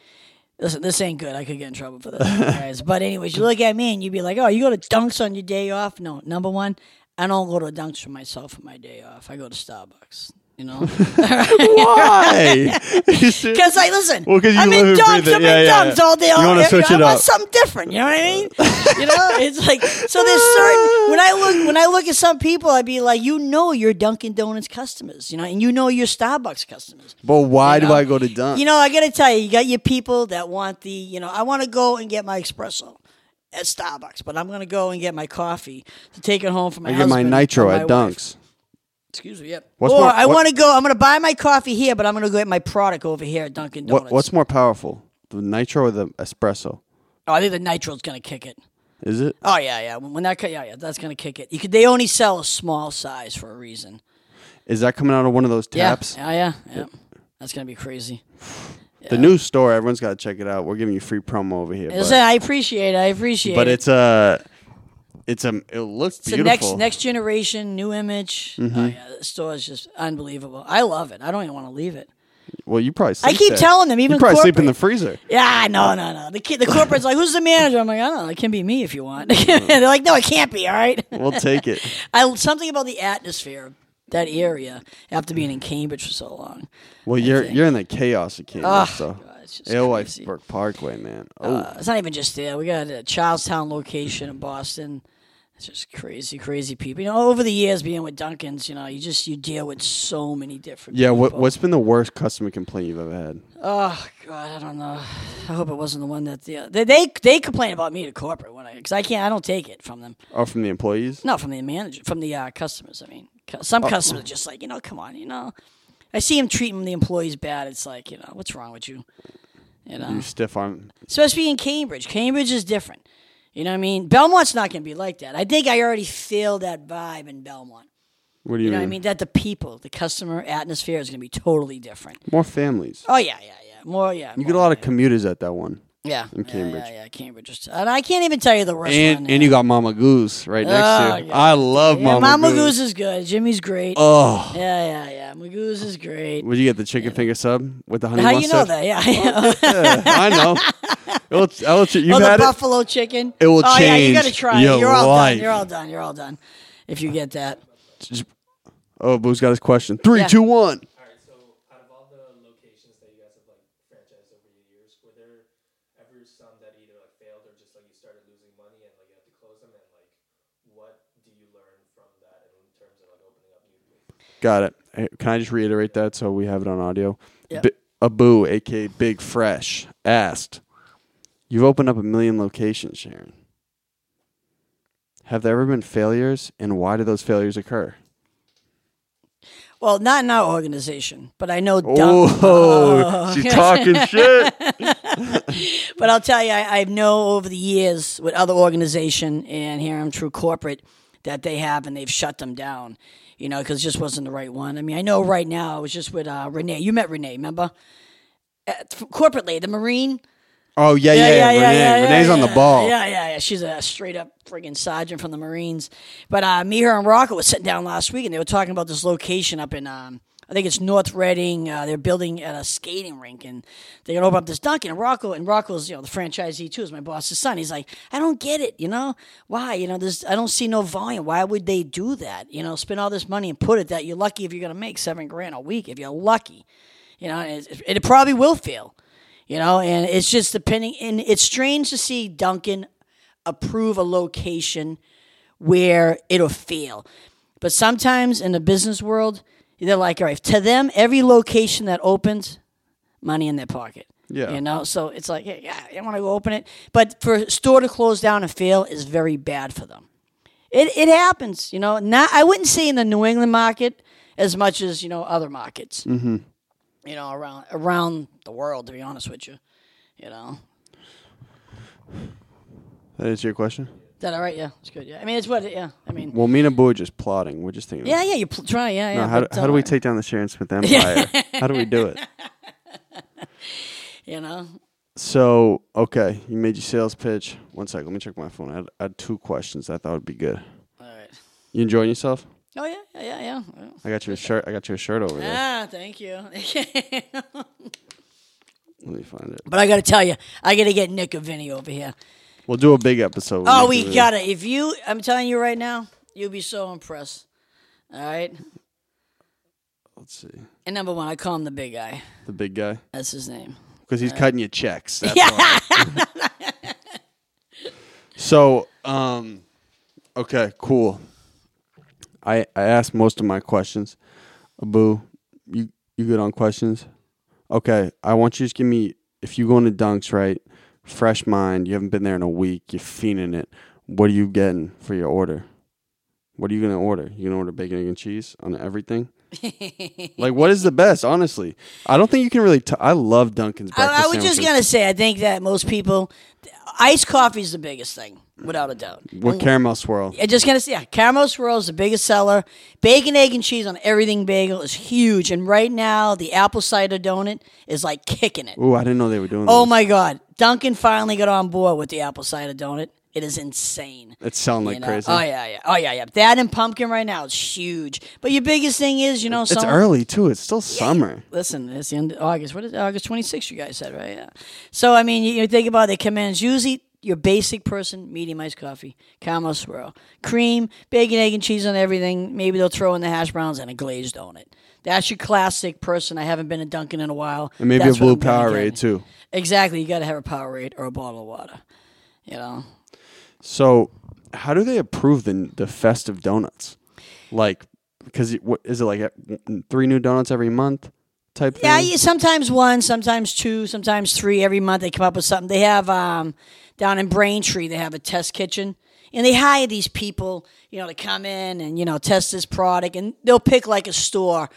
[SPEAKER 3] Listen, this ain't good. I could get in trouble for this, guys. But anyways, you look at me and you'd be like, "Oh, you go to Dunks on your day off?" No, number one, I don't go to Dunks for myself on my day off. I go to Starbucks. You know,
[SPEAKER 2] Why?
[SPEAKER 3] because I listen.
[SPEAKER 2] Well, 'cause you
[SPEAKER 3] I'm
[SPEAKER 2] live
[SPEAKER 3] in
[SPEAKER 2] and
[SPEAKER 3] dumps.
[SPEAKER 2] breathe it.
[SPEAKER 3] I'm
[SPEAKER 2] Yeah,
[SPEAKER 3] in
[SPEAKER 2] yeah,
[SPEAKER 3] dumps
[SPEAKER 2] yeah.
[SPEAKER 3] all day.
[SPEAKER 2] You
[SPEAKER 3] all
[SPEAKER 2] wanna
[SPEAKER 3] day.
[SPEAKER 2] switch
[SPEAKER 3] I
[SPEAKER 2] it
[SPEAKER 3] want
[SPEAKER 2] up.
[SPEAKER 3] something different. You know what I mean? you know, it's like so. There's certain when I look when I look at some people, I'd be like, you know, you're Dunkin' Donuts customers, you know, and you know you're Starbucks customers.
[SPEAKER 2] but why
[SPEAKER 3] You
[SPEAKER 2] do
[SPEAKER 3] know?
[SPEAKER 2] I go to Dunks?
[SPEAKER 3] You know, I gotta tell you, you got your people that want the, you know, I want to go and get my espresso at Starbucks, but I'm gonna go and get my coffee to take it home for my.
[SPEAKER 2] I get my
[SPEAKER 3] husband
[SPEAKER 2] nitro
[SPEAKER 3] or my
[SPEAKER 2] at
[SPEAKER 3] wife.
[SPEAKER 2] Dunks.
[SPEAKER 3] Excuse me. Yep.
[SPEAKER 2] What's
[SPEAKER 3] or
[SPEAKER 2] more-
[SPEAKER 3] I
[SPEAKER 2] what-
[SPEAKER 3] want to go. I'm gonna buy my coffee here, but I'm gonna go get my product over here at Dunkin' Donuts.
[SPEAKER 2] What, what's more powerful, the nitro or the espresso?
[SPEAKER 3] Oh, I think the nitro's gonna kick it.
[SPEAKER 2] Is it?
[SPEAKER 3] Oh yeah, yeah. When when that, ki- yeah, yeah, that's gonna kick it. You could, they only sell a small size for a reason.
[SPEAKER 2] Is that coming out of one of those
[SPEAKER 3] Yeah,
[SPEAKER 2] taps?
[SPEAKER 3] yeah, yeah, yeah. That's gonna be crazy.
[SPEAKER 2] The new store, everyone's got to check it out. We're giving you free promo over here.
[SPEAKER 3] Listen,
[SPEAKER 2] But,
[SPEAKER 3] I appreciate it. I appreciate
[SPEAKER 2] but
[SPEAKER 3] it.
[SPEAKER 2] it's a, it's a, it looks
[SPEAKER 3] it's the
[SPEAKER 2] beautiful. Mm-hmm.
[SPEAKER 3] next next generation, new image. Oh, yeah, the store is just unbelievable. I love it. I don't even want to leave it.
[SPEAKER 2] Well, you probably.
[SPEAKER 3] I
[SPEAKER 2] sleep
[SPEAKER 3] keep
[SPEAKER 2] there.
[SPEAKER 3] telling them, even
[SPEAKER 2] you probably sleep in the
[SPEAKER 3] corporate-
[SPEAKER 2] freezer.
[SPEAKER 3] Yeah, no, no, no. The kid, the corporate's like, who's the manager? I'm like, I don't know. It can be me if you want. They're like, no, it can't be. All right.
[SPEAKER 2] We'll take it.
[SPEAKER 3] I something about the atmosphere of that area after being in Cambridge for so long.
[SPEAKER 2] Well, you're you're in the chaos of Kansas, so
[SPEAKER 3] it's just
[SPEAKER 2] Alewife Parkway, man. Oh,
[SPEAKER 3] Uh, it's not even just there. We got a Charlestown location in Boston. It's just crazy, crazy people. You know, over the years being with Duncan's, you know, you just you deal with so many different.
[SPEAKER 2] yeah. What
[SPEAKER 3] people.
[SPEAKER 2] what's been the worst customer complaint you've ever had?
[SPEAKER 3] Oh God, I don't know. I hope it wasn't the one that the they they, they complain about me to corporate when I because I can't I don't take it from them.
[SPEAKER 2] Oh, from the employees.
[SPEAKER 3] No, from the manager, from the uh, customers. I mean, Cu-
[SPEAKER 2] Oh.
[SPEAKER 3] some customers are just like, you know, come on, you know. I see him treating the employees bad. It's like, you know, what's wrong with you? You know,
[SPEAKER 2] You stiff arm.
[SPEAKER 3] especially in Cambridge. Cambridge is different. You know what I mean? Belmont's not going to be like that. I think I already feel that vibe in Belmont.
[SPEAKER 2] What do you,
[SPEAKER 3] You know
[SPEAKER 2] mean?
[SPEAKER 3] what I mean? That the people, the customer atmosphere is going to be totally different.
[SPEAKER 2] More families.
[SPEAKER 3] Oh yeah, yeah, yeah. More yeah.
[SPEAKER 2] You get a lot of commuters at that one.
[SPEAKER 3] yeah in
[SPEAKER 2] Cambridge.
[SPEAKER 3] Yeah, yeah, Cambridge. is- And I can't even tell you the worst
[SPEAKER 2] And
[SPEAKER 3] one.
[SPEAKER 2] and you got Mama Goose right next
[SPEAKER 3] Oh,
[SPEAKER 2] to you.
[SPEAKER 3] yeah.
[SPEAKER 2] I love
[SPEAKER 3] yeah, Mama,
[SPEAKER 2] Mama,
[SPEAKER 3] Goose. is good. Jimmy's great.
[SPEAKER 2] Oh,
[SPEAKER 3] Yeah, yeah, yeah. Magoo's is great.
[SPEAKER 2] would you get the chicken finger sub with the honey
[SPEAKER 3] How you know
[SPEAKER 2] mustard?
[SPEAKER 3] that? Yeah, yeah.
[SPEAKER 2] Yeah, I know. It'll, I'll, you
[SPEAKER 3] oh, the
[SPEAKER 2] had it.
[SPEAKER 3] buffalo chicken.
[SPEAKER 2] It will
[SPEAKER 3] oh, yeah, you gotta
[SPEAKER 2] change
[SPEAKER 3] try
[SPEAKER 2] your
[SPEAKER 3] it. You're all
[SPEAKER 2] life.
[SPEAKER 3] done. You're all done. You're all done. If you get that,
[SPEAKER 2] Oh, Boo's got his question. Three,
[SPEAKER 3] Yeah.
[SPEAKER 2] two, one.
[SPEAKER 6] Alright, so out of all the locations that you guys have like franchised over the years, were there ever some that either like failed or just like you started losing money and like you had to close them and like what do you learn from that in terms of like opening up new places?
[SPEAKER 2] Got it. Hey, Can I just reiterate that so we have it on audio?
[SPEAKER 3] Yeah.
[SPEAKER 2] B- Abu, aka Big Fresh, asked, "You've opened up a million locations, Sharon. Have there ever been failures, and why do those failures occur?"
[SPEAKER 3] well, not in our organization, but I know. Dunk,
[SPEAKER 2] Oh, she's talking shit.
[SPEAKER 3] But I'll tell you, I, I know over the years with other organization and here I'm True Corporate that they have and they've shut them down, you know, because it just wasn't the right one. I mean, I know right now I was just with uh, Renee. You met Renee, remember? At, corporately, the Marine.
[SPEAKER 2] Oh yeah, yeah, yeah. Renee. Renee's on the
[SPEAKER 3] yeah.
[SPEAKER 2] ball.
[SPEAKER 3] Yeah, yeah, yeah. She's a straight up friggin' sergeant from the Marines. But uh, me, her, and Rocco was sitting down last week, and they were talking about this location up in. Um, I think it's North Reading. Uh, they're building at a skating rink, and they're gonna open up this Dunkin'. And Rocco, and Rocco's, you know, the franchisee too, is my boss's son. He's like, I don't get it, you know, why, you know, there's, I don't see no volume. Why would they do that? You know, spend all this money and put it that you're lucky if you're gonna make seven grand a week if you're lucky, you know, and it, it probably will fail you know and it's just depending and it's strange to see duncan approve a location where it'll fail but sometimes in the business world they're like all right to them every location that opens money in their pocket
[SPEAKER 2] Yeah.
[SPEAKER 3] you know so it's like yeah, yeah i want to go open it but for a store to close down and fail is very bad for them it, it happens you know not i wouldn't say in the new england market as much as you know other markets you know, around around the world. To be honest with you, you know,
[SPEAKER 2] That is your question.
[SPEAKER 3] is that all right? Yeah, it's good. Yeah, I mean, it's what. Yeah, I mean,
[SPEAKER 2] Well, me and Abu are just plotting. We're just thinking.
[SPEAKER 3] yeah, yeah. You pl- try, yeah, yeah.
[SPEAKER 2] No, how, do,
[SPEAKER 3] but,
[SPEAKER 2] how do we
[SPEAKER 3] uh,
[SPEAKER 2] take down the Sharon Smith Empire? how do we do it?
[SPEAKER 3] You know,
[SPEAKER 2] So, okay, you made your sales pitch. One sec, let me check my phone. I had, I had two questions I thought would be good.
[SPEAKER 3] all right.
[SPEAKER 2] You enjoying yourself?
[SPEAKER 3] Oh yeah, yeah, yeah, yeah. yeah.
[SPEAKER 2] I got your shirt. I got your shirt over there.
[SPEAKER 3] Ah, thank you. Uh,
[SPEAKER 2] Let me find it.
[SPEAKER 3] but I got to tell you, I got to get Nick and Vinny over here.
[SPEAKER 2] We'll do a big episode.
[SPEAKER 3] Oh,
[SPEAKER 2] We'll do
[SPEAKER 3] we
[SPEAKER 2] it.
[SPEAKER 3] got to If you, I'm telling you right now, you'll be so impressed. All right.
[SPEAKER 2] Let's see
[SPEAKER 3] And number one, I call him the big guy.
[SPEAKER 2] the big guy
[SPEAKER 3] That's his name.
[SPEAKER 2] because
[SPEAKER 3] Uh,
[SPEAKER 2] he's cutting you checks. That's why. so, um, okay, cool. I I asked most of my questions. Abu, you you good on questions? Okay, I want you to just give me if you go into Dunks right, fresh mind. You haven't been there in a week. You're fiending it. What are you getting for your order? What are you gonna order? You gonna order bacon egg, and cheese on everything? like, what is the best? Honestly, I don't think you can really. T- I love Dunkin's breakfast.
[SPEAKER 3] I, I was just
[SPEAKER 2] sandwiches.
[SPEAKER 3] gonna say, I think that most people, iced coffee is the biggest thing, without a doubt. Mm.
[SPEAKER 2] with caramel swirl.
[SPEAKER 3] I just gonna say, yeah, caramel swirl is the biggest seller. Bacon, egg, and cheese on everything bagel is huge, and right now the apple cider donut is like kicking it.
[SPEAKER 2] Ooh, I didn't know they were doing.
[SPEAKER 3] Oh
[SPEAKER 2] those.
[SPEAKER 3] my god, Duncan finally got on board with the apple cider donut. It is insane.
[SPEAKER 2] It's sounding like
[SPEAKER 3] you know?
[SPEAKER 2] crazy.
[SPEAKER 3] Oh yeah, yeah. Oh yeah, yeah. That and pumpkin right now is huge. But your biggest thing is, you know,
[SPEAKER 2] It's
[SPEAKER 3] someone-
[SPEAKER 2] early too. It's still summer.
[SPEAKER 3] Listen, it's the end of August. What is it? August 26th? You guys said right? Yeah. So I mean, you, you think about it. They commands usually your basic person: medium iced coffee, caramel swirl, cream, bacon, egg, and cheese on everything. Maybe they'll throw in the hash browns and a glazed donut. That's your classic person. I haven't been a Dunkin' in a while.
[SPEAKER 2] And maybe
[SPEAKER 3] That's
[SPEAKER 2] a
[SPEAKER 3] what
[SPEAKER 2] blue
[SPEAKER 3] I'm gonna get.
[SPEAKER 2] Powerade too.
[SPEAKER 3] Exactly. You got to have a Powerade or a bottle of water. You know.
[SPEAKER 2] So, how do they approve the the festive donuts? Like, because what is it like? uh, Three new donuts every month, type thing.
[SPEAKER 3] Yeah, you, sometimes one, sometimes two, sometimes three. Every month they come up with something. They have um, down in Braintree, they have a test kitchen, and they hire these people, you know, to come in and you know test this product, and they'll pick like a store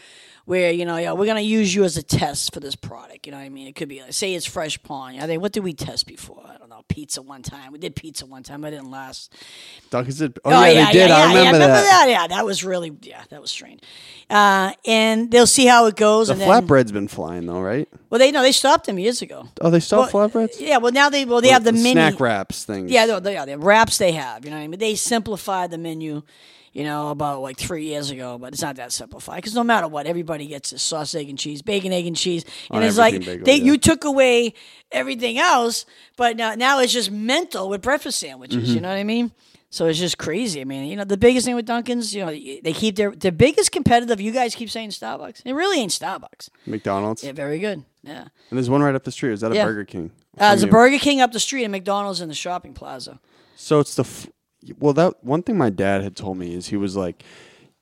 [SPEAKER 3] where you know, yeah, we're gonna use you as a test for this product. You know what I mean? It could be like, say it's Fresh Pond. Yeah, they what did we test before? I don't know. Pizza one time. We did pizza one time. I didn't last.
[SPEAKER 2] Dunkin's did. Oh, yeah, they did. I remember, that.
[SPEAKER 3] Yeah, that was really yeah, that was strange. Uh, and they'll see how it goes.
[SPEAKER 2] The
[SPEAKER 3] and then,
[SPEAKER 2] flatbread's been flying though, right?
[SPEAKER 3] well, they no, they stopped them years ago.
[SPEAKER 2] Oh, they sell
[SPEAKER 3] Well,
[SPEAKER 2] flatbreads.
[SPEAKER 3] Yeah, well now they well they
[SPEAKER 2] Or
[SPEAKER 3] have the, mini
[SPEAKER 2] snack wraps thing.
[SPEAKER 3] Yeah, no, they, yeah, the wraps they have. You know what I mean? They simplified the menu, you know, about like three years ago, but it's not that simplified because no matter what, everybody gets this sauce, egg, and cheese, bacon, egg, and cheese, and
[SPEAKER 2] On
[SPEAKER 3] it's like
[SPEAKER 2] Oh, everything bagel,
[SPEAKER 3] they
[SPEAKER 2] yeah.
[SPEAKER 3] you took away everything else, but now now it's just mental with breakfast sandwiches.
[SPEAKER 2] Mm-hmm.
[SPEAKER 3] You know what I mean? So it's just crazy. I mean, you know, the biggest thing with Dunkin's, you know, they keep their the biggest competitive. You guys keep saying Starbucks. It really ain't Starbucks.
[SPEAKER 2] McDonald's.
[SPEAKER 3] Yeah, very good. Yeah.
[SPEAKER 2] And there's one right up the street. Is that a
[SPEAKER 3] Yeah.
[SPEAKER 2] Burger King?
[SPEAKER 3] Uh, there's
[SPEAKER 2] From
[SPEAKER 3] a
[SPEAKER 2] you.
[SPEAKER 3] Burger King up the street and McDonald's in the shopping plaza.
[SPEAKER 2] So it's the f- well that one thing my dad had told me is he was like,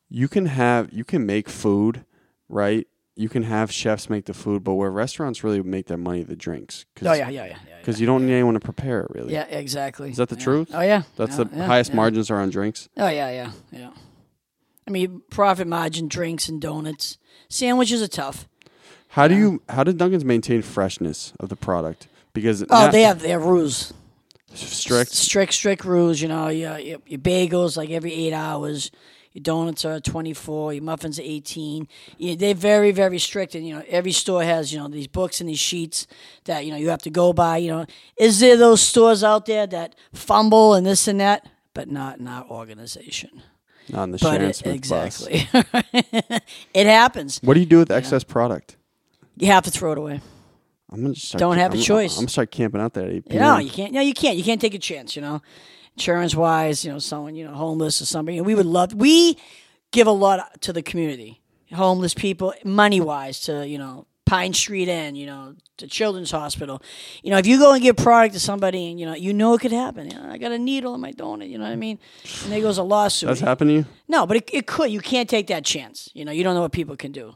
[SPEAKER 2] you can have you can make food, right? You can have chefs make the food, but where restaurants really make their money, the drinks. Cause,
[SPEAKER 3] Oh yeah, yeah, yeah, yeah.
[SPEAKER 2] Because you don't need anyone to prepare it really.
[SPEAKER 3] Yeah, exactly.
[SPEAKER 2] Is that the
[SPEAKER 3] Yeah.
[SPEAKER 2] truth?
[SPEAKER 3] Oh yeah.
[SPEAKER 2] That's
[SPEAKER 3] Yeah,
[SPEAKER 2] the
[SPEAKER 3] yeah,
[SPEAKER 2] highest
[SPEAKER 3] yeah.
[SPEAKER 2] margins are on drinks.
[SPEAKER 3] Oh yeah, yeah, yeah. I mean, profit margin, drinks and donuts, sandwiches are tough.
[SPEAKER 2] How do you how does Duncan's maintain freshness of the product? Because
[SPEAKER 3] Oh,
[SPEAKER 2] not
[SPEAKER 3] they have they have rules,
[SPEAKER 2] strict
[SPEAKER 3] strict, strict rules. You know, your, your your bagels like every eight hours. Your donuts are twenty four. Your muffins are eighteen. Yeah, they're very, very strict, and you know every store has you know these books and these sheets that you know you have to go by. You know, is there those stores out there that fumble and this and that, but not in our organization?
[SPEAKER 2] on the
[SPEAKER 3] But
[SPEAKER 2] Sharon
[SPEAKER 3] it-
[SPEAKER 2] Smith bus.
[SPEAKER 3] exactly, it happens.
[SPEAKER 2] What do you do with excess product?
[SPEAKER 3] You have to throw it away.
[SPEAKER 2] I'm gonna just start
[SPEAKER 3] Don't
[SPEAKER 2] ca-
[SPEAKER 3] have a
[SPEAKER 2] I'm-
[SPEAKER 3] choice.
[SPEAKER 2] I'm gonna start camping out there at 8 p.m.
[SPEAKER 3] No, you can't. No, you can't. You can't take a chance. You know, insurance wise, you know, someone you know homeless or somebody. We would love. We give a lot to the community, homeless people, money wise to you know Pine Street Inn, you know, to Children's Hospital. You know, if you go and give product to somebody and you know you know it could happen. You know, I got a needle in my donut. You know what I mean? And there goes a lawsuit.
[SPEAKER 2] That's happened to you?
[SPEAKER 3] no, but it, it could. You can't take that chance. You know, you don't know what people can do.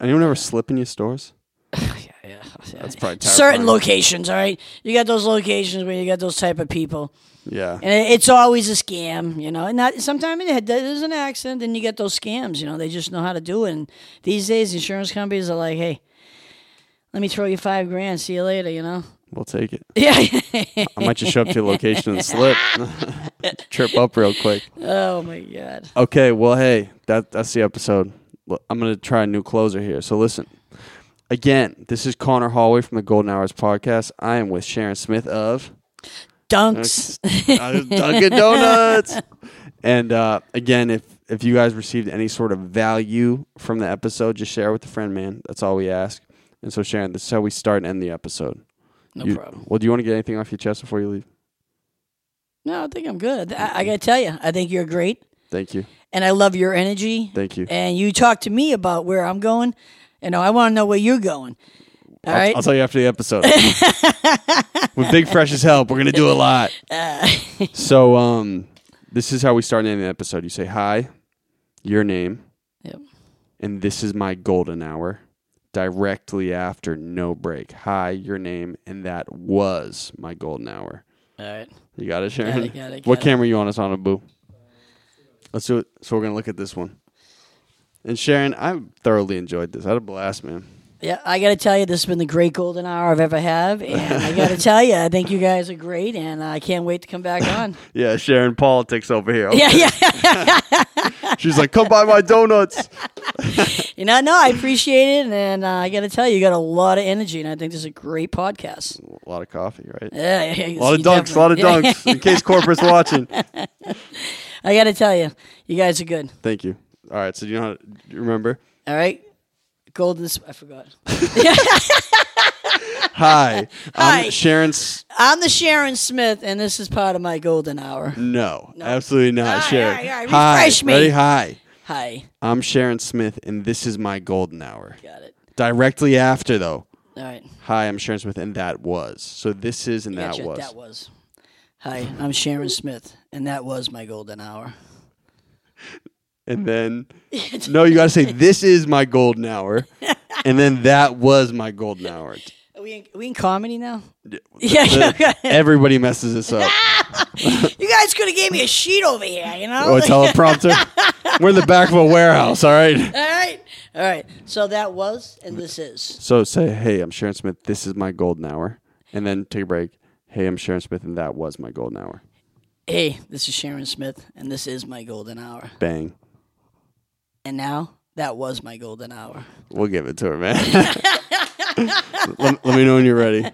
[SPEAKER 2] Anyone ever slip in your stores?
[SPEAKER 3] Yeah.
[SPEAKER 2] That's probably
[SPEAKER 3] Certain
[SPEAKER 2] terrifying.
[SPEAKER 3] locations, all right. You got those locations where you got those type of people.
[SPEAKER 2] Yeah.
[SPEAKER 3] And it- it's always a scam, you know. And that sometimes it, there's an accident, and you get those scams. You know, they just know how to do it. And these days, insurance companies are like, "Hey, let me throw you five grand. See you later." You know.
[SPEAKER 2] We'll take it.
[SPEAKER 3] Yeah.
[SPEAKER 2] I might just show up to your location and slip. Trip up real quick.
[SPEAKER 3] oh my god.
[SPEAKER 2] Okay, well, hey, that that's the episode. L- I'm gonna try a new closer here. So listen, again, this is Connor Hallway from the Golden Hours podcast. I am with Sharon Smith of
[SPEAKER 3] Dunks.
[SPEAKER 2] uh, Dunkin' Donuts. And uh, again, if if you guys received any sort of value from the episode, just share with a friend, man. That's all we ask. And so, Sharon, this is how we start and end the episode.
[SPEAKER 3] No
[SPEAKER 2] You-
[SPEAKER 3] problem.
[SPEAKER 2] Well, do you want to get anything off your chest before you leave?
[SPEAKER 3] No, I think I'm good. I, I gotta tell you, I think you're great,
[SPEAKER 2] Thank you.
[SPEAKER 3] and I love your energy.
[SPEAKER 2] Thank you.
[SPEAKER 3] And you talk to me about where I'm going. You know, I want to know where you're going. All
[SPEAKER 2] I'll,
[SPEAKER 3] right.
[SPEAKER 2] I'll tell you after the episode. With Big Fresh as help, we're gonna do a lot.
[SPEAKER 3] Uh.
[SPEAKER 2] so, um, this is how we start and end the episode. You say hi, your name,
[SPEAKER 3] Yep.
[SPEAKER 2] and this is my golden hour. Directly after no break. Hi, your name, and that was my golden hour.
[SPEAKER 3] All right.
[SPEAKER 2] You got it, Sharon.
[SPEAKER 3] it, got it,
[SPEAKER 2] what
[SPEAKER 3] got it.
[SPEAKER 2] camera you on us on a boo? Let's do it. So we're gonna look at this one. And Sharon, I thoroughly enjoyed this. I had a blast, man.
[SPEAKER 3] Yeah, I got to tell you, this has been the great golden hour I've ever had, and I got to tell you, I think you guys are great, and uh, I can't wait to come back on.
[SPEAKER 2] Yeah, Sharon politics over here.
[SPEAKER 3] yeah, yeah,
[SPEAKER 2] She's like, come buy my donuts.
[SPEAKER 3] You know, no, I appreciate it, and uh, I got to tell you, you got a lot of energy, and I think this is a great podcast.
[SPEAKER 2] A lot of coffee, right?
[SPEAKER 3] Yeah,
[SPEAKER 2] A
[SPEAKER 3] yeah,
[SPEAKER 2] lot of dunks, a lot of dunks. In case corporate's watching,
[SPEAKER 3] I got to tell you, you guys are good.
[SPEAKER 2] thank you. All right, so do you know how to, do you remember?
[SPEAKER 3] All right, golden. s- I forgot.
[SPEAKER 2] Hi,
[SPEAKER 3] Hi.
[SPEAKER 2] I'm Sharon. S-
[SPEAKER 3] I'm the Sharon Smith, and this is part of my golden hour.
[SPEAKER 2] no, absolutely not,
[SPEAKER 3] All right,
[SPEAKER 2] Sharon.
[SPEAKER 3] all right, all right,
[SPEAKER 2] Hi,
[SPEAKER 3] refresh me.
[SPEAKER 2] Ready? Hi,
[SPEAKER 3] Hi,
[SPEAKER 2] I'm Sharon Smith, and this is my golden hour.
[SPEAKER 3] got it.
[SPEAKER 2] Directly after, though.
[SPEAKER 3] All right,
[SPEAKER 2] Hi, I'm Sharon Smith, and that was. So this is, and that
[SPEAKER 3] gotcha.
[SPEAKER 2] was.
[SPEAKER 3] That was. Hi, I'm Sharon Smith, and that was my golden hour.
[SPEAKER 2] and then no, you gotta say this is my golden hour, and then that was my golden hour.
[SPEAKER 3] Are we in, are we in comedy now? Yeah, yeah, yeah.
[SPEAKER 2] Everybody messes this up.
[SPEAKER 3] you guys could have gave me a sheet over here. You know.
[SPEAKER 2] Oh, a teleprompter. We're in the back of a warehouse. All right.
[SPEAKER 3] All right, all right. So that was, and this is.
[SPEAKER 2] So say, hey, I'm Sharon Smith. This is my golden hour, and then take a break. Hey, I'm Sharon Smith, and that was my golden hour.
[SPEAKER 3] Hey, this is Sharon Smith, and this is my golden hour.
[SPEAKER 2] Bang.
[SPEAKER 3] And now that was my golden hour.
[SPEAKER 2] We'll give it to her, man. let, let me know when you're ready.